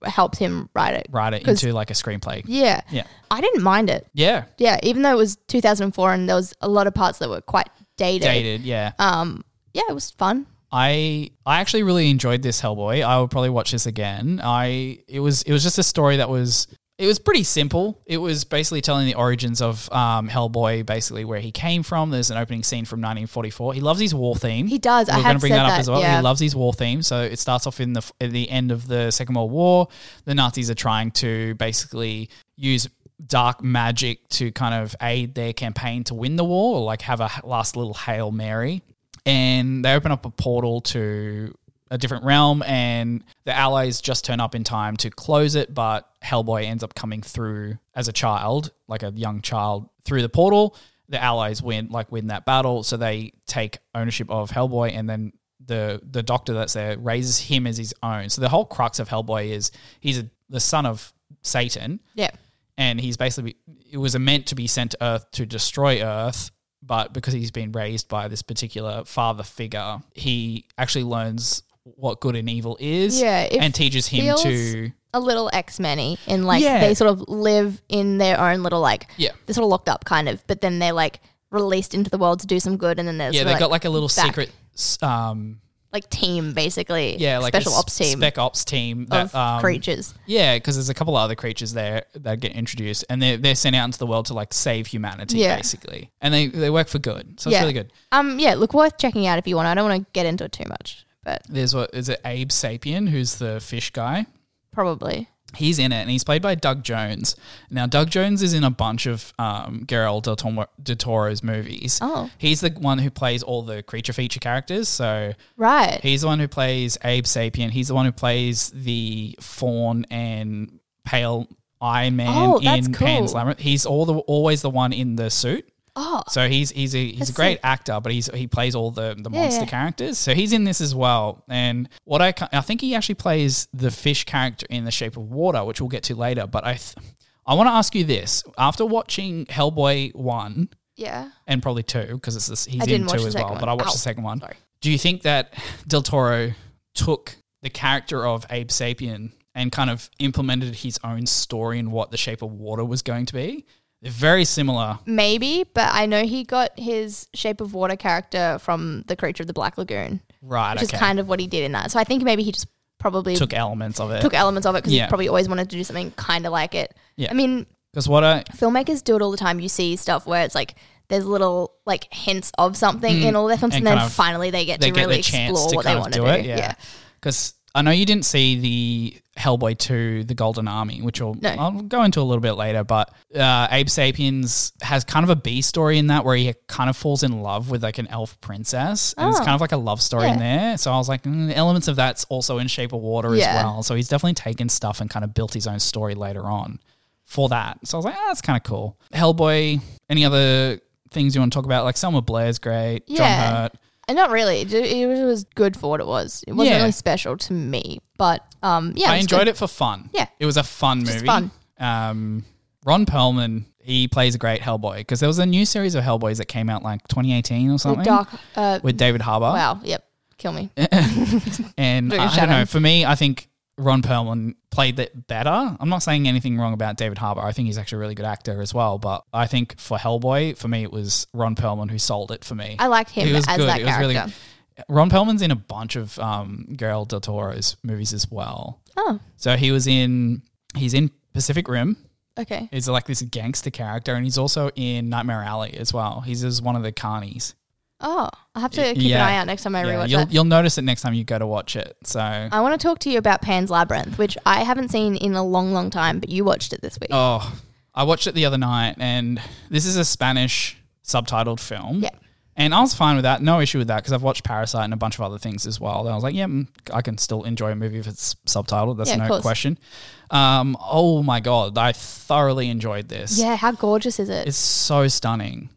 helped him write it.
write it
'Cause-
into like a screenplay.
Yeah.
Yeah.
I didn't mind it.
Yeah,
Yeah, even though it was 2004 and there was a lot of parts that were quite dated.
dated. Yeah,
Um, yeah, it was fun.
I I actually really enjoyed this Hellboy. I will probably watch this again. I it was it was just a story that was it was pretty simple. It was basically telling the origins of um, Hellboy, basically where he came from. There's an opening scene from 1944. He loves his war theme.
He does. I
We're
had
going to bring
said
that up
that,
as well.
yeah.
He loves his war theme. So it starts off in the at the end of the Second World War. The Nazis are trying to basically use dark magic to kind of aid their campaign to win the war, or like have a last little hail mary. And they open up a portal to a different realm, and the allies just turn up in time to close it. But Hellboy ends up coming through as a child, like a young child, through the portal. The allies win, like win that battle, so they take ownership of Hellboy, and then the the doctor that's there raises him as his own. So the whole crux of Hellboy is he's a, the son of Satan,
Yeah.
and he's basically it was meant to be sent to Earth to destroy Earth, but because he's been raised by this particular father figure, he actually learns what good and evil is,
Yeah, it
and teaches him
feels-
to
A little X Men in like
Yeah.
they sort of live in their own little like
yeah.
they're sort of locked up kind of, but then they're like released into the world to do some good and then there's
Yeah,
sort
they
of,
have got like a little
back.
secret, s- um,
like team basically.
yeah, like a
special ops team
spec ops team that
of
um,
creatures.
Yeah, because there's a couple of other creatures there that get introduced, and they're they're sent out into the world to like save humanity,
Yeah.
basically, and they they work for good. So
Yeah.
it's really good.
Um yeah, look worth checking out if you want. I don't want to get into it too much, but
There's what is it Abe Sapien, who's the fish guy.
probably.
He's in it, and he's played by Doug Jones. Now, Doug Jones is in a bunch of um, Guillermo del, Tomo, del Toro's movies.
Oh.
He's the one who plays all the creature feature characters. So
Right.
he's the one who plays Abe Sapien. He's the one who plays the fawn and pale Iron Man
Oh, that's
in Pan's
cool.
Labyrinth. He's all the always the one in the suit.
oh.
So he's he's a he's a
That's
great actor, but he's he plays all the the
Yeah,
monster
yeah.
characters. So he's in this as well. And what I ca- I think he actually plays the fish character in The Shape of Water, which we'll get to later. But I th- I want to ask you this after watching Hellboy one
Yeah.
and probably two because it's this, he's
I
in
didn't watch
two
the
as
second
well. But I
one.
watched
Ow.
the second one.
Sorry.
Do you think that Del Toro took the character of Abe Sapien and kind of implemented his own story in what The Shape of Water was going to be? They're very similar.
Maybe, but I know he got his Shape of Water character from the creature of the Black Lagoon,
Right,
which
okay.
is kind of what he did in that. So I think maybe he just probably took,
took elements of it.
elements of it because
Yeah.
he probably always wanted to do something kind of like it.
Yeah.
I mean,
Because what I
filmmakers do it all the time. You see stuff where it's like there's little like hints of something in all their films,
Mm. And
and, then
kind of-
finally they get
they
to
get
really
the chance
explore
to
what they
kind of
want to
do
do.
it,
yeah.
yeah. Because I know you didn't see the Hellboy 2, The Golden Army, which we'll,
No.
I'll go into a little bit later, but uh, Abe Sapiens has kind of a B story in that where he kind of falls in love with like an elf princess. And it's
Oh.
kind of like a love story in there. So I was like, mm, elements of that's also in Shape of Water as
Yeah.
well. So he's definitely taken stuff and kind of built his own story later on for that. So I was like, ah, that's kind of cool. Hellboy, any other things you want to talk about? Like Selma Blair's great, John
Yeah.
Hurt.
And not really. It, it was- it was good for what it was. It wasn't
Yeah.
really special to me, but um, yeah,
I
was
enjoyed
good.
it for fun.
Yeah.
It was a fun movie.
fun.
Um, Ron Perlman, he plays a great Hellboy because there was a new series of Hellboys that came out like 2018 or something
Dark. Uh,
with Eh, David Harbour.
wow. Yep. Kill me.
And
Doing a
I don't know.
shadow.
For me, I think Ron Perlman played that better. I'm not saying anything wrong about David Harbour. I think he's actually a really good actor as well. But I think for Hellboy, for me, it was Ron Perlman who sold it for me.
I liked him
It was
as
good.
that
It was
character.
really Ron Perlman's in a bunch of um, Guillermo del Toro's movies as well.
Oh,
So he was in he's in Pacific Rim.
okay.
He's like this gangster character, and he's also in Nightmare Alley as well. He's as one of the carnies.
Oh, I'll have to
Y-
keep an
yeah.
eye out next time I
Yeah,
rewatch
you'll
that.
you'll notice it next time you go to watch it. So
I want to talk to you about Pan's Labyrinth, which I haven't seen in a long, long time, but you watched it this week.
oh, I watched it the other night, and this is a Spanish subtitled film.
Yeah.
And I was fine with that, no issue with that, because I've watched Parasite and a bunch of other things as well. And I was like, yeah, mm, I can still enjoy a movie if it's subtitled. That's
Yeah, of
no
course.
question. Um, oh my god, I thoroughly enjoyed this.
Yeah, how gorgeous is it?
It's so stunning.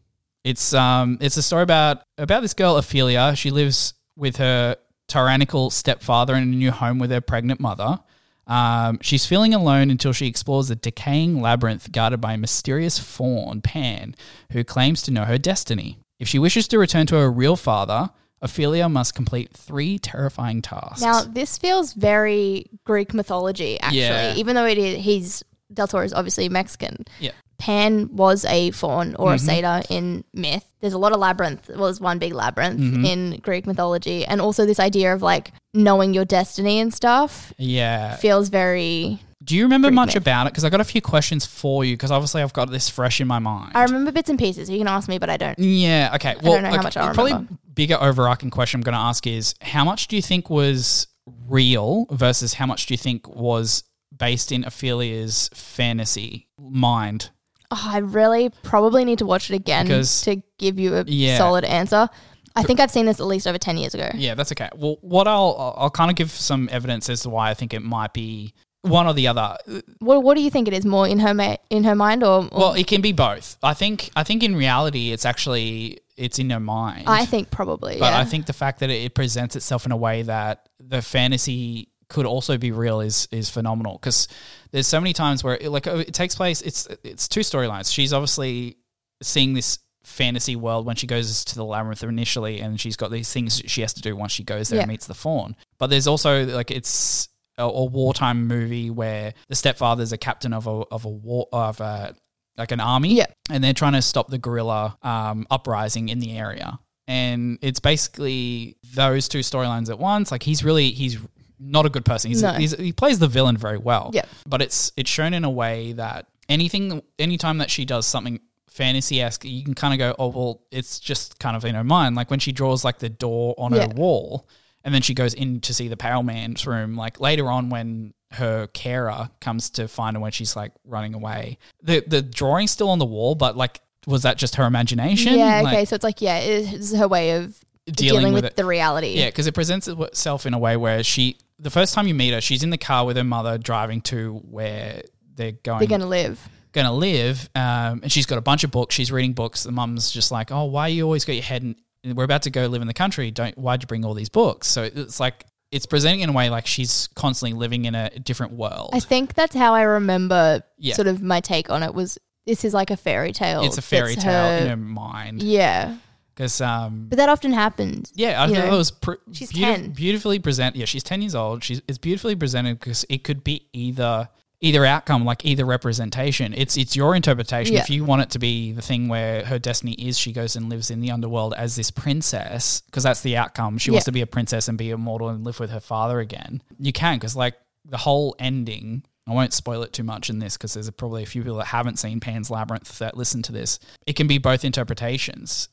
It's um it's a story about about this girl Ophelia. She lives with her tyrannical stepfather in a new home with her pregnant mother. Um, she's feeling alone until she explores a decaying labyrinth guarded by a mysterious fawn, Pan, who claims to know her destiny. If she wishes to return to her real father, Ophelia must complete three terrifying tasks.
Now, this feels very Greek mythology, actually,
Yeah.
even though it is, he's Del Toro is obviously Mexican.
yeah. Mm-hmm.
Pan was a faun or a satyr in myth. There's a lot of labyrinth. Well, there's one big labyrinth
Mm-hmm.
in Greek mythology. And also, this idea of like knowing your destiny and stuff
Yeah.
feels very.
Do you remember much
myth.
about it? Because I got a few questions for you, because obviously I've got this fresh in my mind.
I remember bits and pieces. You can ask me, but I don't.
Yeah. Okay. Well,
know how
okay,
much I'll
probably
remember.
bigger overarching question I'm going to ask is how much do you think was real versus how much do you think was based in Ophelia's fantasy mind?
Oh, I really probably need to watch it again
Because-
to give you a
Yeah.
solid answer. I think I've seen this at least over 10 years ago.
Yeah, that's okay. Well, what I'll I'll- I'll kind of give some evidence as to why I think it might be one or the other.
What, what do you think it is more in her ma- in her mind or, or
Well, it can be both. I think I think in reality, it's actually it's in your mind.
I think probably.
but
yeah.
I think the fact that it presents itself in a way that the fantasy could also be real is is phenomenal because there's so many times where it, like it takes place. It's it's two storylines. She's obviously seeing this fantasy world when she goes to the labyrinth initially, and she's got these things she has to do once she goes there and
Yeah.
meets the fawn. But there's also like it's a, a wartime movie where the stepfather's a captain of a of a war of a like an army,
Yeah.
and they're trying to stop the guerrilla um, uprising in the area. And it's basically those two storylines at once. Like he's really he's not a good person. He's,
No.
he's he plays the villain very well.
Yeah.
but it's it's shown in a way that anything anytime that she does something fantasy esque, you can kind of go, oh well, it's just kind of in her mind. Like when she draws like the door on her
Yeah.
wall, and then she goes in to see the Power Man's room. Like later on when her carer comes to find her when she's like running away, the the drawing's still on the wall, but like. Was that just her imagination?
yeah,
Like,
okay. So it's like, yeah, it's her way of
Dealing
dealing,
with
with,
it.
the reality.
Yeah, because it presents itself in a way where she, the first time you meet her, she's in the car with her mother driving to where they're going
They're going to live.
going to live. Um, and she's got a bunch of books. She's reading books. The mum's just like, oh, why you always got your head in? We're about to go live in the country. Don't why'd you bring all these books? So it's like it's presenting in a way like she's constantly living in a different world.
I think that's how I remember
Yeah.
sort of my take on it was this is like a fairy tale.
it's a fairy
that's
tale in
her-
her mind
yeah.
because um,
But that often happens.
Yeah, I
you
thought
know?
it was pr-
She's
beautif-
10.
beautifully presented. Yeah, she's ten years old. She's it's beautifully presented because it could be either either outcome, like either representation. It's it's your interpretation.
Yeah.
If you want it to be the thing where her destiny is, she goes and lives in the underworld as this princess because that's the outcome. She wants
Yeah.
to be a princess and be immortal and live with her father again. You can because like the whole ending. I won't spoil it too much in this because there's probably a few people that haven't seen Pan's Labyrinth that listen to this. It can be both interpretations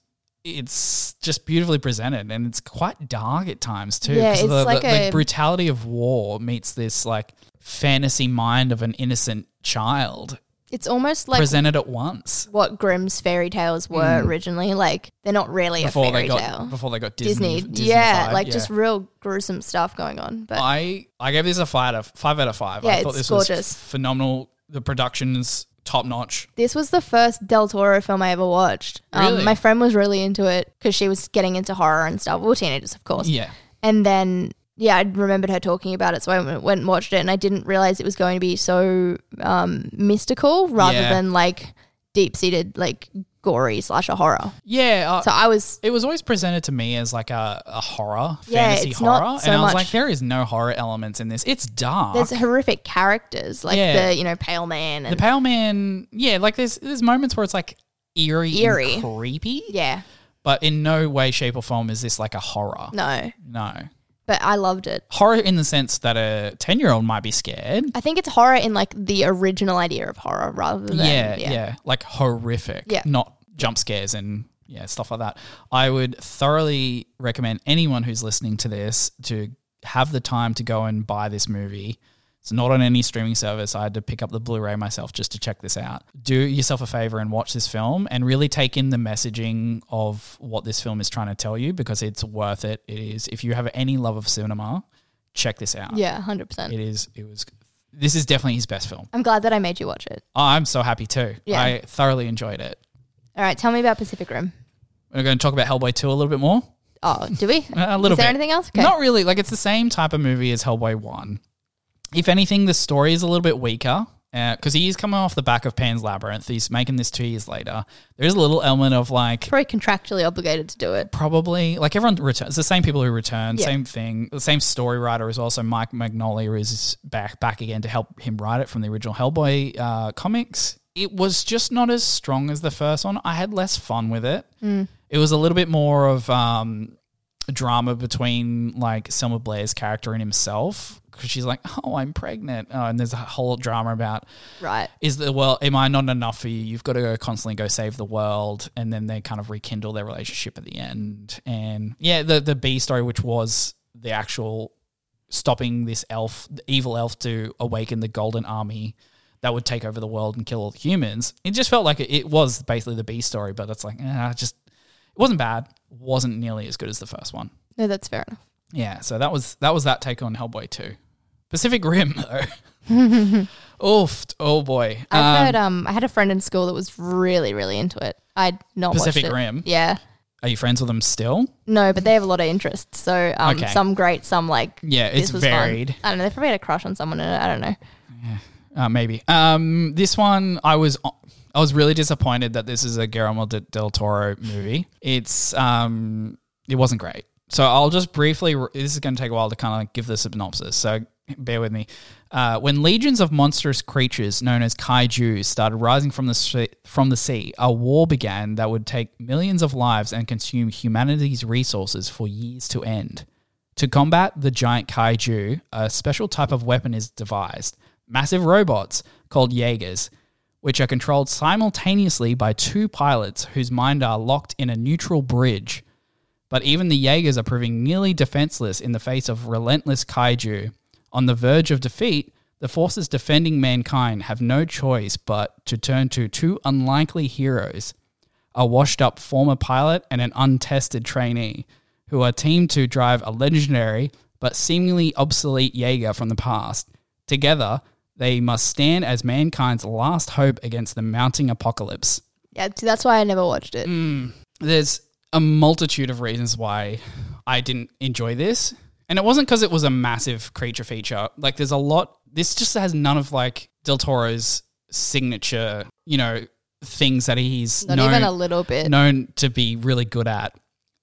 it's just beautifully presented and it's quite dark at times too
Yeah,
the,
it's
the-
like
the
a-
brutality of war meets this like fantasy mind of an innocent child
It's almost like
presented at once
what Grimm's fairy tales were originally. Like they're not really
Hmm. before
a fairy
they got
tale.
before they got Disney,
Disney, yeah,
Disneyfied,
like
yeah. Uh,
just real gruesome stuff going on. But
I I gave this a five out of five out of five. I
Yeah,
thought
it's
this was
gorgeous.
phenomenal. The production's top notch.
this was the first Del Toro film I ever watched.
Really?
Um, my friend was really into it because she was getting into horror and stuff. We were teenagers, of course.
Yeah,
And then, yeah, I remembered her talking about it, so I went, went and watched it, and I didn't realize it was going to be so um, mystical rather
Yeah.
than like deep seated, like gory slash a horror.
yeah. uh,
So I was,
it was always presented to me as like a, a horror,
Yeah,
fantasy
it's
horror,
not so
and I was
much-
like, there is no horror elements in this. It's dark.
there's horrific characters like
Yeah.
the you know pale man
The
and
Pale Man, yeah, like there's there's moments where it's like eerie, eerie,
Eerie.
creepy,
yeah,
but in no way, shape, or form is this like a horror.
no,
No,
but I loved it.
horror in the sense that a ten year old might be scared.
I think it's horror in like the original idea of horror rather than
yeah, yeah, like horrific.
Yeah.
not jump scares and yeah stuff like that. I would thoroughly recommend anyone who's listening to this to have the time to go and buy this movie. It's not on any streaming service. I had to pick up the Blu-ray myself just to check this out. Do yourself a favor and watch this film and really take in the messaging of what this film is trying to tell you because it's worth it. It is if you have any love of cinema, check this out.
yeah, hundred percent.
It is it was this is definitely his best film.
I'm glad that I made you watch it.
Oh, I'm so happy too.
Yeah.
I thoroughly enjoyed it.
All right, tell me about Pacific Rim.
We're going to talk about Hellboy 2 a little bit more. Uh,
Oh, do we?
A little
Is there
bit.
anything else? Okay.
Not really. Like, it's the same type of movie as Hellboy 1. If anything, the story is a little bit weaker because he is coming off the back of Pan's Labyrinth. He's making this two years later. There is a little element of like,
Probably contractually obligated to do it.
probably like everyone returns. The same people who return,
Yeah.
same thing. The same story writer as well. So Mike Magnolia is back back again to help him write it from the original Hellboy uh, comics. It was just not as strong as the first one. I had less fun with it. It was a little bit more of um, drama between like Selma Blair's character and himself because she's like, "Oh, I'm pregnant," oh, and there's a whole drama about
Right.
is the world am I not enough for you? You've got to go constantly go save the world, and then they kind of rekindle their relationship at the end. And yeah, the the B story, which was the actual stopping this elf, the evil elf, to awaken the Golden Army that would take over the world and kill all the humans. ah, It just felt like it, it was basically the B story, but it's like eh, just it wasn't bad, wasn't nearly as good as the first one.
No, that's fair enough.
Yeah, so that was that was that take on Hellboy two. Pacific Rim though. Oof, oh boy.
I've
Um,
heard. Um, I had a friend in school that was really, really into it. I'd not watched
Pacific
it.
Rim?
Yeah.
Are you friends with them still?
No, but they have a lot of interests. So um,
Okay.
some great, some like
Yeah,
this
it's
was fun.
varied.
I don't know. They probably had a crush on someone. In it. I don't know.
Uh, maybe. Um, this one, I was I was really disappointed that this is a Guillermo de- del Toro movie. It's um, it wasn't great. So I'll just briefly. This is going to take a while to kind of like give the synopsis. So bear with me. Uh, when legions of monstrous creatures known as kaiju started rising from the sea, from the sea, a war began that would take millions of lives and consume humanity's resources for years to end. To combat the giant kaiju, a special type of weapon is devised massive robots called Jaegers, which are controlled simultaneously by two pilots whose mind are locked in a neutral bridge. But even the Jaegers are proving nearly defenseless in the face of relentless kaiju. On the verge of defeat, the forces defending mankind have no choice but to turn to two unlikely heroes a washed up former pilot and an untested trainee, who are teamed to drive a legendary but seemingly obsolete Jaeger from the past. Together, they must stand as mankind's last hope against the mounting apocalypse.
Yeah, see, that's why I never watched it.
Mm, There's a multitude of reasons why I didn't enjoy this. And it wasn't because it was a massive creature feature. Like, there's a lot. This just has none of like Del Toro's signature, you know, things that he's
Not
known
even a little bit.
known to be really good at.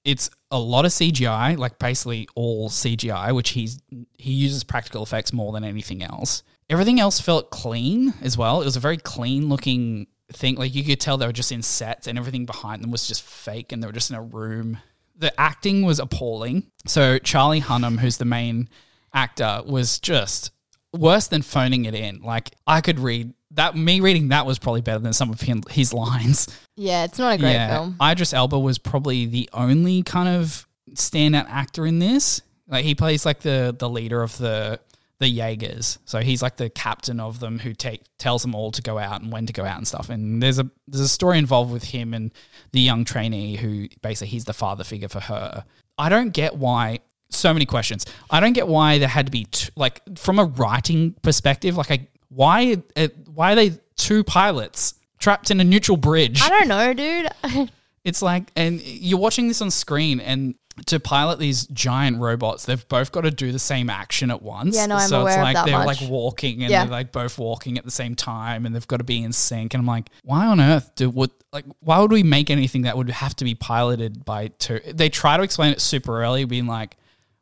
It's a lot of CGI, like basically all CGI, which he's he uses practical effects more than anything else. Everything else felt clean as well. It was a very clean looking thing. Like you could tell they were just in sets and everything behind them was just fake and they were just in a room. The acting was appalling. So Charlie Hunnam, who's the main actor, was just worse than phoning it in. Like I could read that me reading that was probably better than some of him, his lines.
Yeah, it's not a great film.
Idris Elba was probably the only kind of standout actor in this. Like he plays like the the leader of the the Jaegers. So he's like the captain of them who take tells them all to go out and when to go out and stuff. And there's a there's a story involved with him and the young trainee who basically he's the father figure for her. I don't get why so many questions. I don't get why there had to be t- like from a writing perspective like I why uh, why are they two pilots trapped in a neutral bridge?
I don't know, dude.
It's like, and you're watching this on screen, and to pilot these giant robots, they've both got to do the same action at once.
Yeah, no, I'm
so
aware
it's
of
like
that
they're
much.
like walking, and
Yeah.
they're like both walking at the same time, and they've got to be in sync. And I'm like, why on earth do would like why would we make anything that would have to be piloted by two? They try to explain it super early, being like.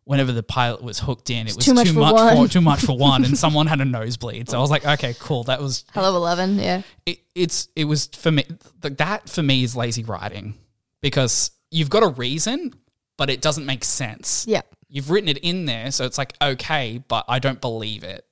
Whenever the pilot was hooked in, it was
too
too
much
much,
for one.
for too much for one, and someone had a nosebleed. So I was like, okay, cool, that was
Hello, Eleven. Yeah.
it, it's it was for me th- that for me is lazy writing because you've got a reason but it doesn't make sense
Yep.
you've written it in there so it's like okay but i don't believe it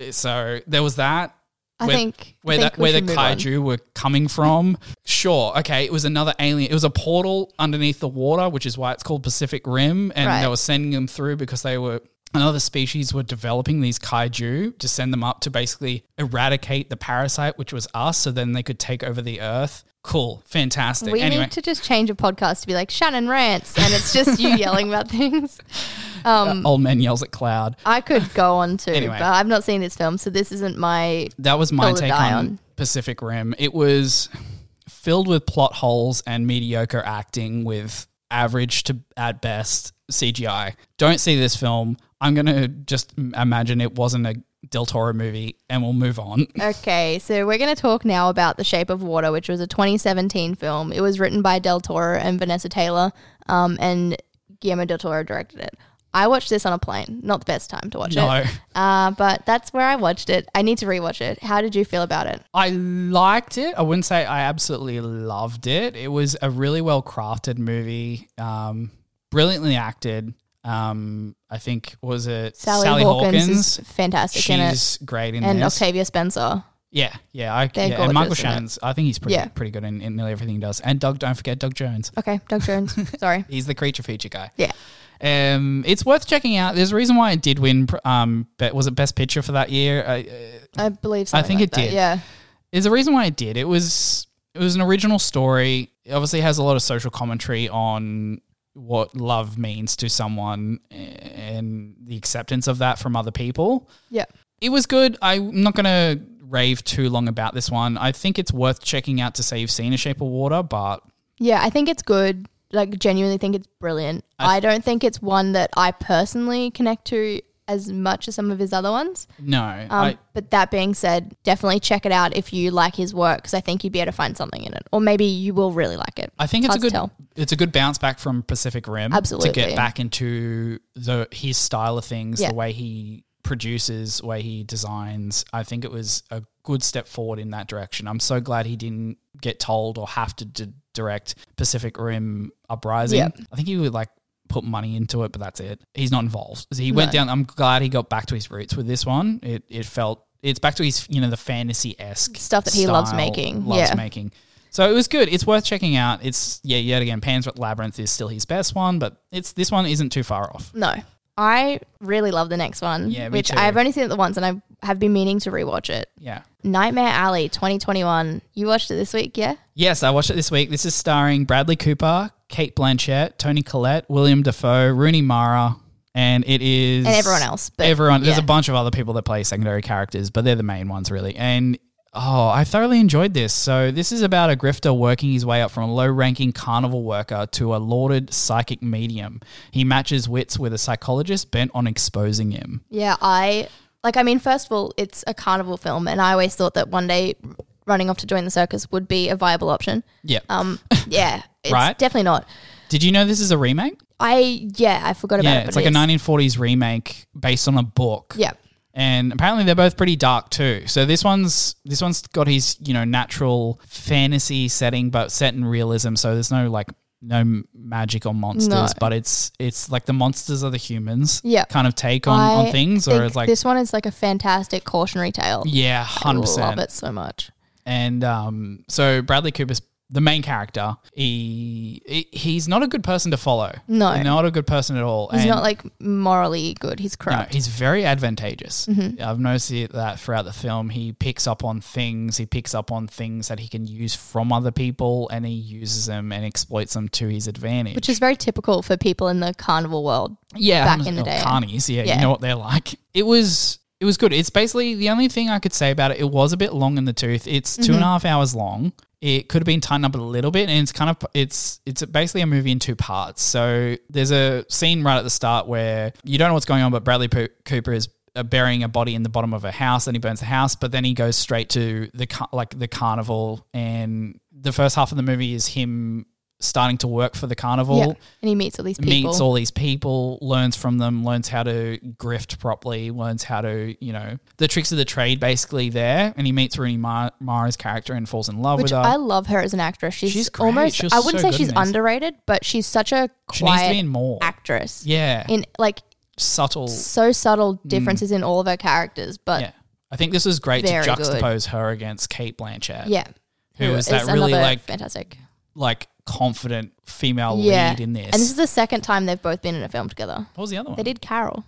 Yep.
so there was that
I
Where-
think I
where
think
that
we
where the
should move on.
kaiju were coming from sure okay it was another alien it was a portal underneath the water which is why it's called pacific rim and
Right.
they were sending them through because they were another species were developing these kaiju to send them up to basically eradicate the parasite which was us so then they could take over the earth cool fantastic
We
anyway
need to just change a podcast to be like Shannon rants, and it's just you yelling about things. Um,
old man yells at cloud
I could go on too,
Anyway.
but I've not seen this film, so this isn't my.
that was my
Hill to
take
die
on,
on.
Pacific Rim. It was filled with plot holes and mediocre acting with average to at best CGI. Don't see this film. I'm going to just imagine it wasn't a Del Toro movie and we'll move on.
Okay, so we're going to talk now about The Shape of Water, which was a 2017 film. It was written by Del Toro and Vanessa Taylor, um, and Guillermo del Toro directed it. I watched this on a plane. Not the best time to watch
No.
it, uh, but that's where I watched it. I need to rewatch it. How did you feel about it?
I liked it. I wouldn't say I absolutely loved it. It was a really well crafted movie, um, brilliantly acted. Um, I think was it
Sally, Hawkins, is fantastic in it,
She's great in
and
this.
Octavia Spencer.
Yeah, yeah, I,
They're
yeah. And Michael
gorgeous, isn't it?
Shannon's, I think he's pretty
Yeah.
pretty good in, in nearly everything he does. And Doug, don't forget Doug Jones.
Okay, Doug Jones. Sorry.
He's the creature feature guy.
Yeah.
Um, it's worth checking out. There's a reason why it did win. pr- Um, but was it best picture for that year? I, uh,
I believe
I
something
think
like
it
that,
did.
Yeah.
there's a reason why it did. It was it was an original story. It obviously has a lot of social commentary on what love means to someone and the acceptance of that from other people.
Yeah.
It was good. I'm not going to rave too long about this one. I think it's worth checking out to say you've seen A Shape of Water, but
Yeah, I think it's good. Like genuinely think it's brilliant. I, don't think it's one that I personally connect to as much as some of his other ones.
no.
Um,
I,
but that being said, definitely check it out if you like his work because I think you'd be able to find something in it, or maybe you will really like it.
I think it's a
hard to
good
tell.
it's a good bounce back from Pacific Rim to
Absolutely.
get back into the his style of things,
Yeah.
the way he produces, way he designs. I think it was a good step forward in that direction. I'm so glad he didn't get told or have to d- direct Pacific Rim Uprising.
Yep.
I think he would like put money into it, but that's it. He's not involved. He went
No.
down. I'm glad he got back to his roots with this one. It it felt it's back to his you know the fantasy esque
Stuff that he loves making,
Loves
yeah.
making. So it was good. It's worth checking out. It's yeah, yet again, Pan's Labyrinth is still his best one, but it's this one isn't too far off.
No, I really love the next one,
Yeah, me
which
too.
I've only seen it once, and I have been meaning to rewatch it.
Yeah.
Nightmare Alley 2021. You watched it this week, yeah?
Yes, I watched it this week. This is starring Bradley Cooper, Kate Blanchett, Tony Collette, William Defoe, Rooney Mara, and it is
And everyone else, but
everyone. There's a
yeah.
bunch of other people that play secondary characters, but they're the main ones really. And oh, I thoroughly enjoyed this. So this is about a grifter working his way up from a low-ranking carnival worker to a lauded psychic medium. He matches wits with a psychologist bent on exposing him.
Yeah, I like. I mean, first of all, it's a carnival film, and I always thought that one day running off to join the circus would be a viable option.
Yeah.
Um, yeah, it's
Right.
definitely not.
Did you know this is a remake?
I yeah, I forgot about
Yeah,
it.
it's
but it
like a
is.
1940s remake based on a book.
Yeah,
and apparently they're both pretty dark too. So this one's this one's got his you know natural fantasy setting, but set in realism. So there's no like no m- magic or monsters,
No.
but it's it's like the monsters are the humans.
Yeah.
kind of take on
I
on things, or
think
it's like
this one is like a fantastic cautionary tale.
yeah, hundred
I love
percent.
it so much.
And um, so Bradley Cooper's the main character. He, he- he's not a good person to follow.
No.
not a good person at all.
He's
And-
not like morally good. He's
No,
corrupt.
he's very advantageous.
Mm-hmm.
I've noticed it- that throughout the film. He picks up on things. He picks up on things that he can use from other people, and he uses them and exploits them to his advantage.
which is very typical for people in the carnival world.
yeah,
back
I'm-
in the
oh,
day.
carnies. Yeah,
Yeah.
you know what they're like. It was it was good. It's basically the only thing I could say about it. It was a bit long in the tooth. It's two
Mm-hmm.
and a half hours long. It could have been tightened up a little bit, and it's kind of it's it's basically a movie in two parts. So there's a scene right at the start where you don't know what's going on, but Bradley Po- Cooper is uh, burying a body in the bottom of a house, and he burns the house. But then he goes straight to the car- like the carnival, and the first half of the movie is him starting to work for the carnival
Yeah, and he meets all these people.
meets all these people, learns from them, learns how to grift properly, learns how to, you know, the tricks of the trade basically there. And he meets Rooney Mar- Mara's character and falls in love
which
with her.
I love her as an actress. She's,
She's great.
almost
She was
I wouldn't
so
say
good
she's
in this.
underrated, but she's such a
she needs to
quiet
be in more.
actress.
yeah.
In like
subtle.
so subtle differences in all of her characters, but
Yeah. I think this was great to
Very good.
juxtapose her against Kate Blanchett.
yeah.
Who
Who
is
is
that really,
another
like-
fantastic.
Like confident female
Yeah.
lead in this.
And this is the second time they've both been in a film together.
what was the other one?
They did Carol.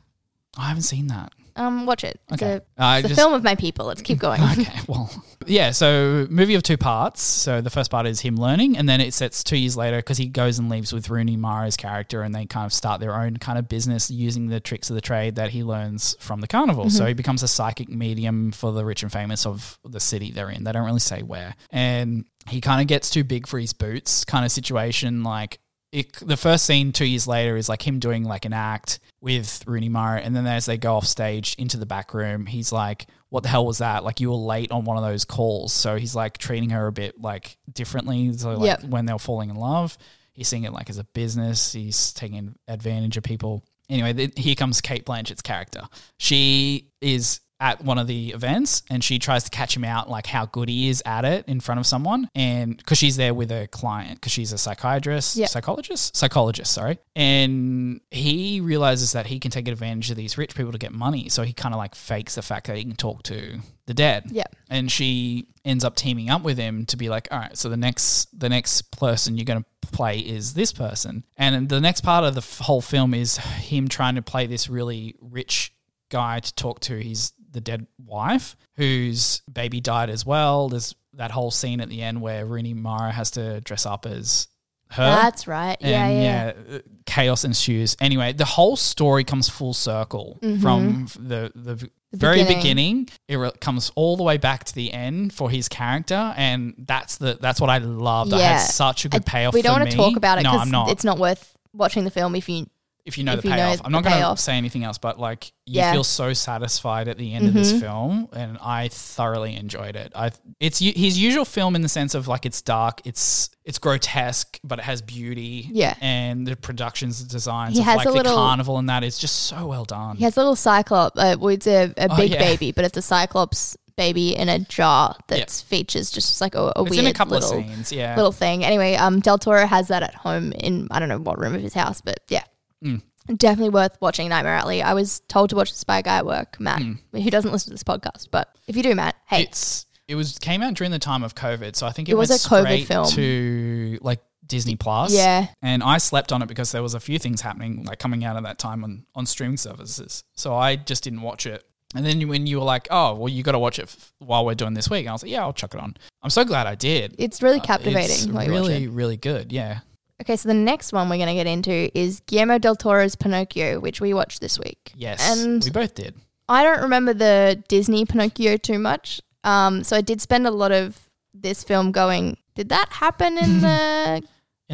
I haven't seen that.
Um, watch it. It's
Okay.
a,
I
it's a
just-
film of my people. Let's keep going.
Okay, well, yeah. So, movie of two parts. So, the first part is him learning, and then it sets two years later because he goes and leaves with Rooney Mara's character, and they kind of start their own kind of business using the tricks of the trade that he learns from the carnival. So, he becomes a psychic medium for the rich and famous of the city they're in. They don't really say where, and he kind of gets too big for his boots, kind of situation. Like it, the first scene two years later is like him doing like an act with Rooney Mara, and then as they go off stage into the back room, he's like, "What the hell was that? Like you were late on one of those calls." So he's like treating her a bit like differently. So like
Yep.
when they were falling in love, he's seeing it like as a business. He's taking advantage of people. Anyway, th- here comes Kate Blanchett's character. She is at one of the events and she tries to catch him out like how good he is at it in front of someone and because she's there with a client because she's a psychiatrist
Yeah.
psychologist psychologist sorry and he realizes that he can take advantage of these rich people to get money so he kind of like fakes the fact that he can talk to the dead
Yeah.
and she ends up teaming up with him to be like all right so the next the next person you're going to play is this person and the next part of the f- whole film is him trying to play this really rich guy to talk to his the dead wife whose baby died as well there's that whole scene at the end where Rooney Mara has to dress up as her.
That's right. yeah, yeah.
and
yeah.
yeah, uh, chaos ensues. Anyway, the whole story comes full circle from f- the the v- very beginning.
Mm-hmm. beginning.
It re- comes all the way back to the end for his character, and that's the that's what I loved. I had
Yeah.
such a
I-
good payoff.
We don't
for
want
me.
to talk about it
No,
because
I'm not.
it's not worth watching the film if you.
if you know
if
the
you know
payoff, I'm not
the
going to
payoff.
say anything else. But like, you
Yeah. Mm-hmm.
feel so satisfied at the end of this film, and I thoroughly enjoyed it. I it's u- his usual film in the sense of like it's dark, it's it's grotesque, but it has beauty.
Yeah.
and the production's designs
He
of
has
like
a
the
little-
carnival and that is just so well done.
He has a little cyclops. Uh, well, it's a, a big
Oh, yeah.
baby, but it's a cyclops baby in a jar that's features just like a, a
it's
weird
in a couple
little
of scenes. Yeah,
little thing. Anyway, um, Del Toro has that at home in I don't know what room of his house, but yeah.
Mm.
Definitely worth watching Nightmare Alley. I was told to watch The Spy Guy at work, Matt, who doesn't listen to this podcast, but if you do, Matt, hey,
Mm. it's it was came out during the time of COVID, so I think it,
It was
went
a COVID
straight
film.
to like Disney Plus.
Yeah.
and I slept on it because there was a few things happening like coming out at that time on on streaming services, so I just didn't watch it. And then when you were like, "Oh, well, you got to watch it f- while we're doing this week," I was like, "Yeah, I'll chuck it on." I'm so glad I did.
it's really
uh, It's
captivating. while you watch it.
really, really good. Yeah,
Okay, so the next one we're going to get into is Guillermo del Toro's Pinocchio, which we watched this week.
yes,
And
we both did.
I don't remember the Disney Pinocchio too much. Um, so I did spend a lot of this film going, did that happen in the
And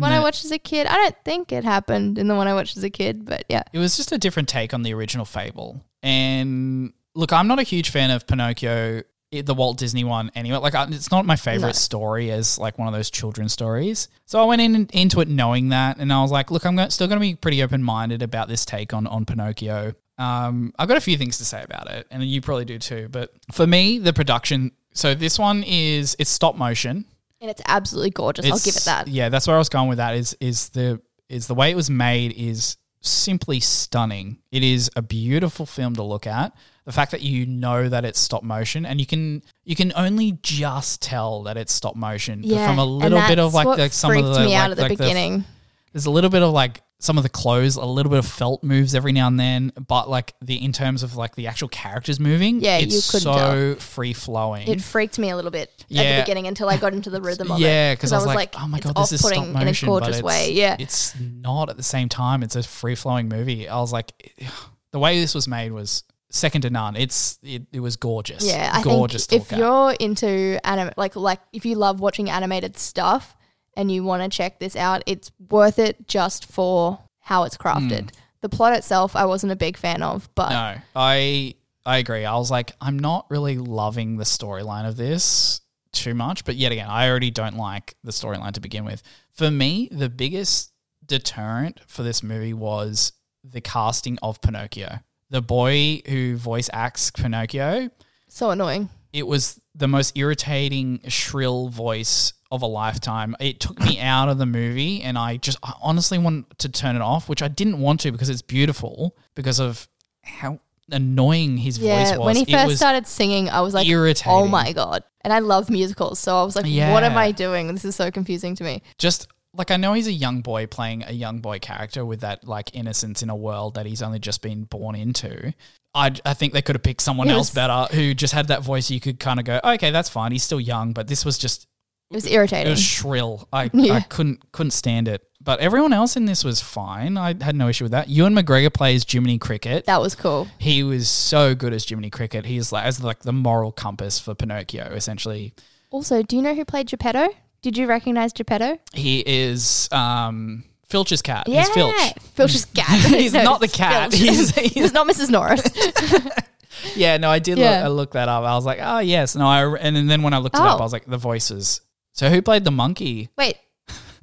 one
the-
I watched as a kid? I don't think it happened in the one I watched as a kid, but yeah.
it was just a different take on the original fable and look i'm not a huge fan of pinocchio i- the walt disney one anyway like I- it's not my favorite
No.
story as like one of those children's stories so i went in into it knowing that and i was like look i'm go- still going to be pretty open-minded about this take on, on pinocchio um, i've got a few things to say about it and you probably do too but for me the production so this one is it's stop motion
And it's absolutely gorgeous. I'll give it
it's-
that.
Yeah, that's where I was going with that. Is is the is the way it was made is simply stunning. It is a beautiful film to look at. The fact that you know that it's stop motion and you can you can only just tell that it's stop motion
Yeah.
from a
and
little bit of
that's
like
what
the, some of
freaked
the
me
like,
out at the
like
beginning.
there's a little bit of like some of the clothes, a little bit of felt moves every now and then, but like the in terms of like the actual characters moving,
Yeah,
it's
you couldn't
so free flowing.
it freaked me a little bit at
Yeah.
the beginning until I got into the rhythm of it.
Yeah, because I was like, oh my
it's
god, this is stop
off-putting
motion,
in a gorgeous
but it's,
way. Yeah.
it's not at the same time. It's a free flowing movie. I was like, the way this was made was second to none. It's it, it was gorgeous.
Yeah, I
gorgeous.
think
to
if
look at.
you're into anime, like like if you love watching animated stuff and you want to check this out, it's worth it just for how it's crafted. The plot itself, I wasn't a big fan of, but
Hmm. no, I I agree. I was like, I'm not really loving the storyline of this too much. But yet again, I already don't like the storyline to begin with. For me, the biggest deterrent for this movie was the casting of Pinocchio. The boy who voice acts Pinocchio,
so annoying.
it was the most irritating shrill voice of a lifetime it took me out of the movie and i just I honestly wanted to turn it off which i didn't want to because it's beautiful because of how annoying his voice
Yeah,
was
when he
it
first
was
started singing, I was like,
irritating
oh my god. And I love musicals, so I was like, what am
Yeah.
I doing? This is so confusing to me.
just like i know he's a young boy playing a young boy character with that like innocence in a world that he's only just been born into I, I think they could have picked someone
It
else
was-
better who just had that voice you could kind of go okay that's fine he's still young but this was just
It was
It
irritating.
was shrill. I, I
Yeah.
couldn't couldn't stand it. But everyone else in this was fine. I had no issue with that. Ewan McGregor plays Jiminy Cricket.
that was cool.
He was so good as Jiminy Cricket. He's like as like the moral compass for Pinocchio. Essentially,
Also, do you know who played Geppetto? Did you recognize Geppetto?
he is um, Filch's cat. He's Filch.
Filch's cat.
He's
No,
not the
it's
cat.
Filch.
He's-
He's not Mrs. Norris.
Yeah, no, I did. Look,
Yeah.
I looked that up. I was like, oh yes. No, I re- and then when I looked it up,
Oh.
I was like, the voices. So who played the monkey?
Wait,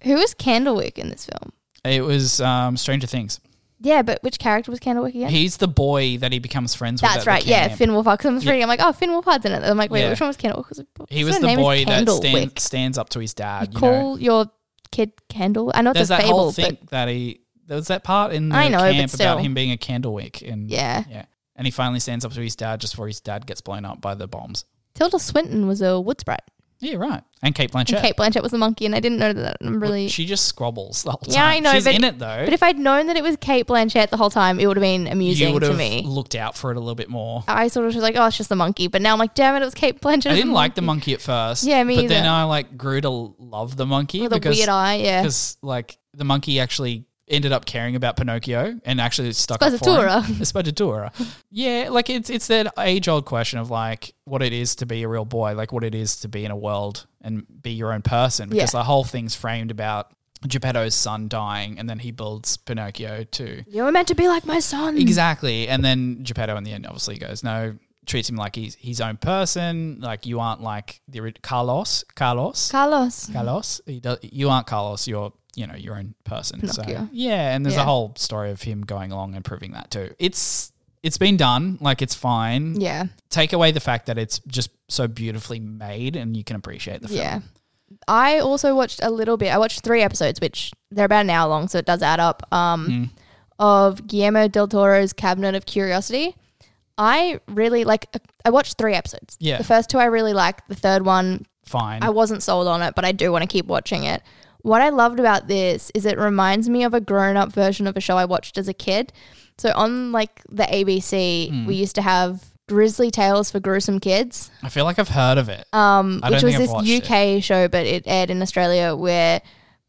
who was Candlewick in this film?
It was um, Stranger Things.
Yeah, but which character was Candlewick again?
He's the boy that he becomes friends with. at
That's
the
right. Yeah,
camp.
Finn Wolfhard. Because I'm just reading, I'm like, oh, Finn Wolfhard's in it. I'm like, wait,
Yeah.
which one was Candlewick? 'Cause
He
his
was the
name is
boy that
Candlewick.
stand, stands up to his
You
dad. You know,
call your kid Candle. I know it's
there's
a
that
fable,
whole
but
thing that he there was that part in the
I know, but
camp
still.
about him being a candlewick and
yeah.
yeah, and he finally stands up to his dad just before his dad gets blown up by the bombs.
Tilda Swinton was a wood sprite.
Yeah, right. And Kate Blanchett.
And Kate Blanchett was the monkey, and I didn't know that. I'm
Well,
really.
She just squabbles the whole time.
Yeah, I know,
She's
but-
in it though.
but if I'd known that it was Kate Blanchett the whole time, it would have been
you
amusing
would
to
have
me.
looked out for it a little bit more.
I sort of was like, oh, it's just the monkey. But now I'm like, damn it, it was Kate Blanchett.
I didn't like the monkey at first.
Yeah, me
But then
either.
I like grew to love the monkey
with
because
a weird eye. Yeah,
because like the monkey actually ended up caring about Pinocchio and actually stuck up for
Spazzatura.
him. Spazzatura. yeah, like it's it's that age old question of like what it is to be a real boy, like what it is to be in a world and be your own person. Because
Yeah.
the whole thing's framed about Geppetto's son dying and then he builds Pinocchio too.
you were meant to be like my son.
Exactly. And then Geppetto in the end obviously goes, no, treats him like he's his own person. Like you aren't like the ori- Carlos. Carlos.
Carlos.
Carlos. He does, you aren't Carlos. You're you know your own person. So
Pinocchio.
yeah, and there's a
Yeah.
whole story of him going along and proving that too. It's it's been done. Like it's fine.
Yeah,
Take away the fact that it's just so beautifully made, and you can appreciate the film.
yeah. I also watched a little bit. I watched three episodes, which they're about an hour long, so it does add up. Um,
Hmm.
of Guillermo del Toro's Cabinet of Curiosity. I really like. uh, I watched three episodes.
Yeah. Hmm.
the first two I really liked. The third one
Fine.
I wasn't sold on it, but I do want to keep watching it. What I loved about this is it reminds me of a grown up version of a show I watched as a kid. So on like the ABC,
Hmm.
we used to have Grizzly Tales for Gruesome Kids,
I feel like I've heard of it.
um,
I don't
which was
think I've
this
watched it.
UK show, but it aired in Australia where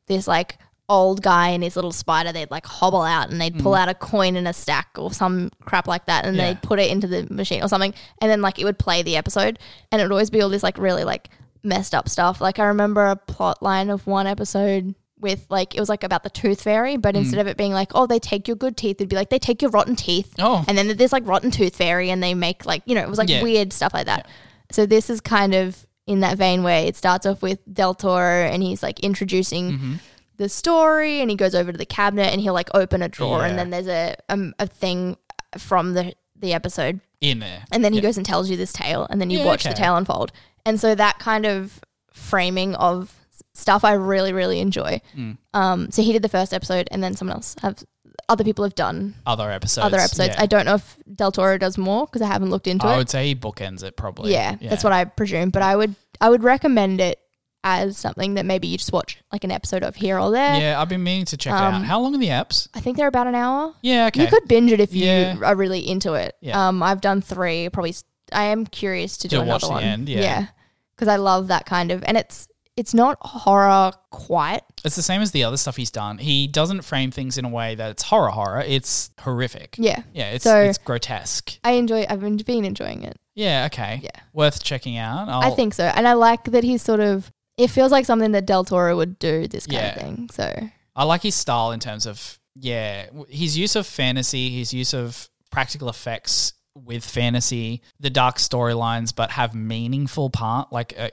this like old guy and his little spider, they'd like hobble out and they'd pull out a coin in a stack or some crap like that and
Mm. Yeah.
they'd put it into the machine or something. And then like it would play the episode and it would always be all this like really like messed up stuff. Like I remember a plot line of one episode with like it was like about the tooth fairy,
Mm.
but instead of it being like, oh, they take your good teeth, it'd be like they take your rotten teeth.
Oh.
And then there's like rotten tooth fairy and they make like, you know, it was like
Yeah.
weird stuff like that. So this is kind of in that vein where it starts off with Del Toro and he's like introducing
Mm-hmm.
the story and he goes over to the cabinet and he'll like open a drawer and
Yeah.
then there's a um, a thing from the the episode
in there.
and then he goes and tells you this tale and then you
Yeah,
watch the
okay.
tale unfold and so that kind of framing of stuff i really really enjoy
Mm.
um, so he did the first episode and then someone else have other people have done
Other episodes.
other episodes
Yeah.
i don't know if del toro does more because i haven't looked into
I
it
would say he bookends it probably.
yeah, that's what i presume but i would i would recommend it as something that maybe you just watch like an episode of here or there
Yeah, I've been meaning to check it out. How long are the apps?
i think they're about an hour
Yeah, okay.
Um, you could binge it if you
Yeah.
are really into it.
Yeah.
Um, I've done three. Probably, s- I am curious to do
To
another
watch the
one.
end, yeah.
because I love that kind of, and it's it's not horror quite.
It's the same as the other stuff he's done. He doesn't frame things in a way that it's horror horror. It's horrific.
Yeah,
Yeah, it's
So-
it's grotesque.
I enjoy. I've been, been enjoying it.
Yeah, okay.
Yeah.
Worth checking out. I'll,
I think so, and I like that he's sort of. It feels like something that Del Toro would do. This kind
Yeah.
of thing. So
I like his style in terms of yeah, w- his use of fantasy, his use of practical effects with fantasy, the dark storylines but have meaningful part like uh,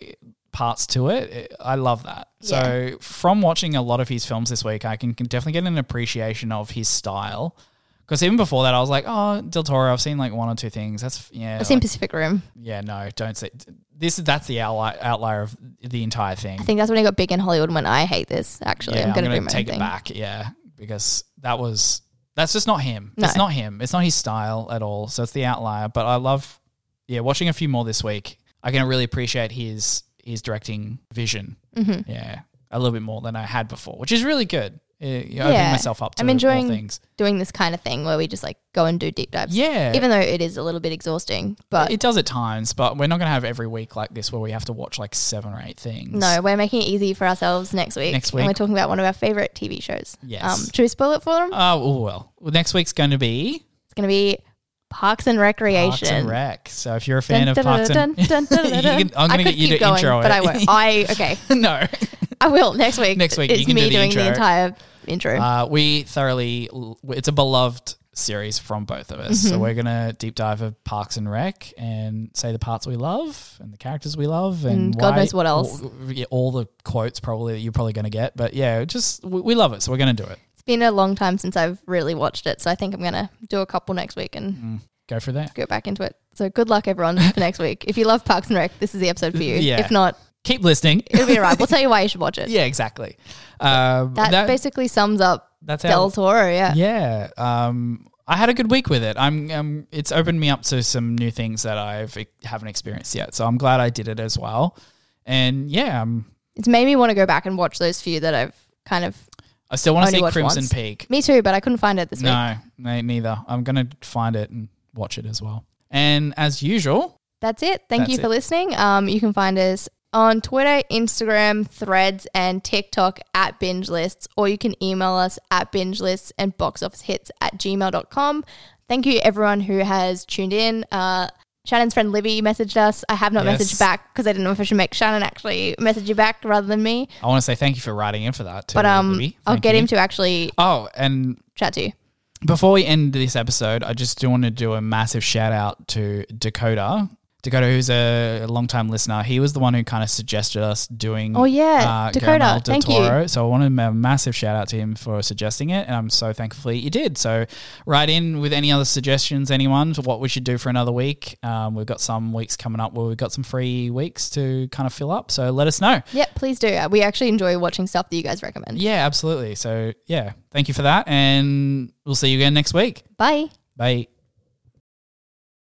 parts to it. I love that. So from watching a lot of his films this week, I can, can definitely get an appreciation of his style. Because even before that, I was like, "Oh, Del Toro, I've seen like one or two things. That's yeah."
I've seen
like-
Pacific Rim.
Yeah, no, don't say this. is That's the outlier, outlier of the entire thing.
I think that's when it got big in Hollywood. When I hate this, actually,
yeah,
I'm going to do
gonna
my
take
own
it
thing.
back. Yeah, because that was that's just not him.
No.
It's not him. It's not his style at all. So it's the outlier. But I love, yeah, watching a few more this week. I can really appreciate his his directing vision. Mm-hmm. Yeah, a little bit more than I had before, which is really good. Uh, You're opening
Yeah.
myself up to
I'm enjoying
more things.
Doing this kind of thing where we just like go and do deep dives.
Yeah,
Even though it is a little bit exhausting, but
it does at times. But we're not going to have every week like this where we have to watch like seven or eight things.
No, we're making it easy for ourselves next week.
Next
And we're
week.
talking about one of our favorite TV shows. Um,
Yes.
should we spoil it for them?
Oh well, well. Well, next week's going to be
it's going to be Parks and
Parks
Recreation.
and Rec. So if you're a fan
Dun,
of
dun,
Parks
dun,
and
dun, dun, dun,
You
dun.
can- I'm
I
gonna
could
get you
keep
to
going,
intro it.
but I won't. I okay.
no,
I will next week.
Next week,
it's
you can
me
do the
doing
intro.
the entire intro.
uh, we thoroughly. It's a beloved series from both of us.
Mm-hmm.
So we're gonna deep dive of Parks and Rec and say the parts we love and the characters we love and
And Mm, God
why-
knows what else.
All, yeah, all the quotes probably that you're probably gonna get. But yeah, just we, we love it, so we're gonna do it.
it's been a long time since I've really watched it, so I think I'm going to do a couple next week and
Go for that.
go back into it. So good luck, everyone, for next week. If you love Parks and Rec, this is the episode for you.
Yeah.
If not,
Keep listening.
it'll be alright. We'll tell you why you should watch it.
yeah, exactly. Um,
That,
that-
basically sums up
that's
Del
how.
Toro. Yeah.
Yeah. Um, I had a good week with it. I'm, um, e, it's opened me up to some new things that I've haven't experienced yet. So I'm glad I did it as well. And yeah, um, i
It's made me want to go back and watch those few that I've kind of.
I still want to
Only
see
watched
Crimson
once.
Peak.
Me too, but I couldn't find it this week.
No, me neither. I'm gonna find it and watch it as well. And as usual,
That's it. Thank
That's
you
it.
for listening. Um, you can find us on Twitter, Instagram, Threads, and TikTok at Binge Lists, or you can email us at binge lists and box office hits at gmail.com. Thank you, everyone who has tuned in. Uh, Shannon's friend Libby messaged us. I have not
Yes.
messaged back because I didn't know if I should make Shannon actually message you back rather than me.
I want to say thank you for writing in for that. Too,
But um,
Libby.
I'll
Thank
get
you.
him to actually
Oh, and
chat to you.
before we end this episode, I just do want to do a massive shout out to Dakota. Dakota, who's a longtime listener, he was the one who kind of suggested us doing. uh,
Oh, yeah. Dakota,
Guillermo del
thank you.
Toro. So I want to ma- massive shout out to him for suggesting it, and I'm so thankful that you did. So write in with any other suggestions, anyone, for what we should do for another week. Um, we've got some weeks coming up where we've got some free weeks to kind of fill up. So let us know.
Yep, please do. Uh, We actually enjoy watching stuff that you guys recommend.
Yeah, absolutely. So yeah, thank you for that, and we'll see you again next week.
Bye.
Bye.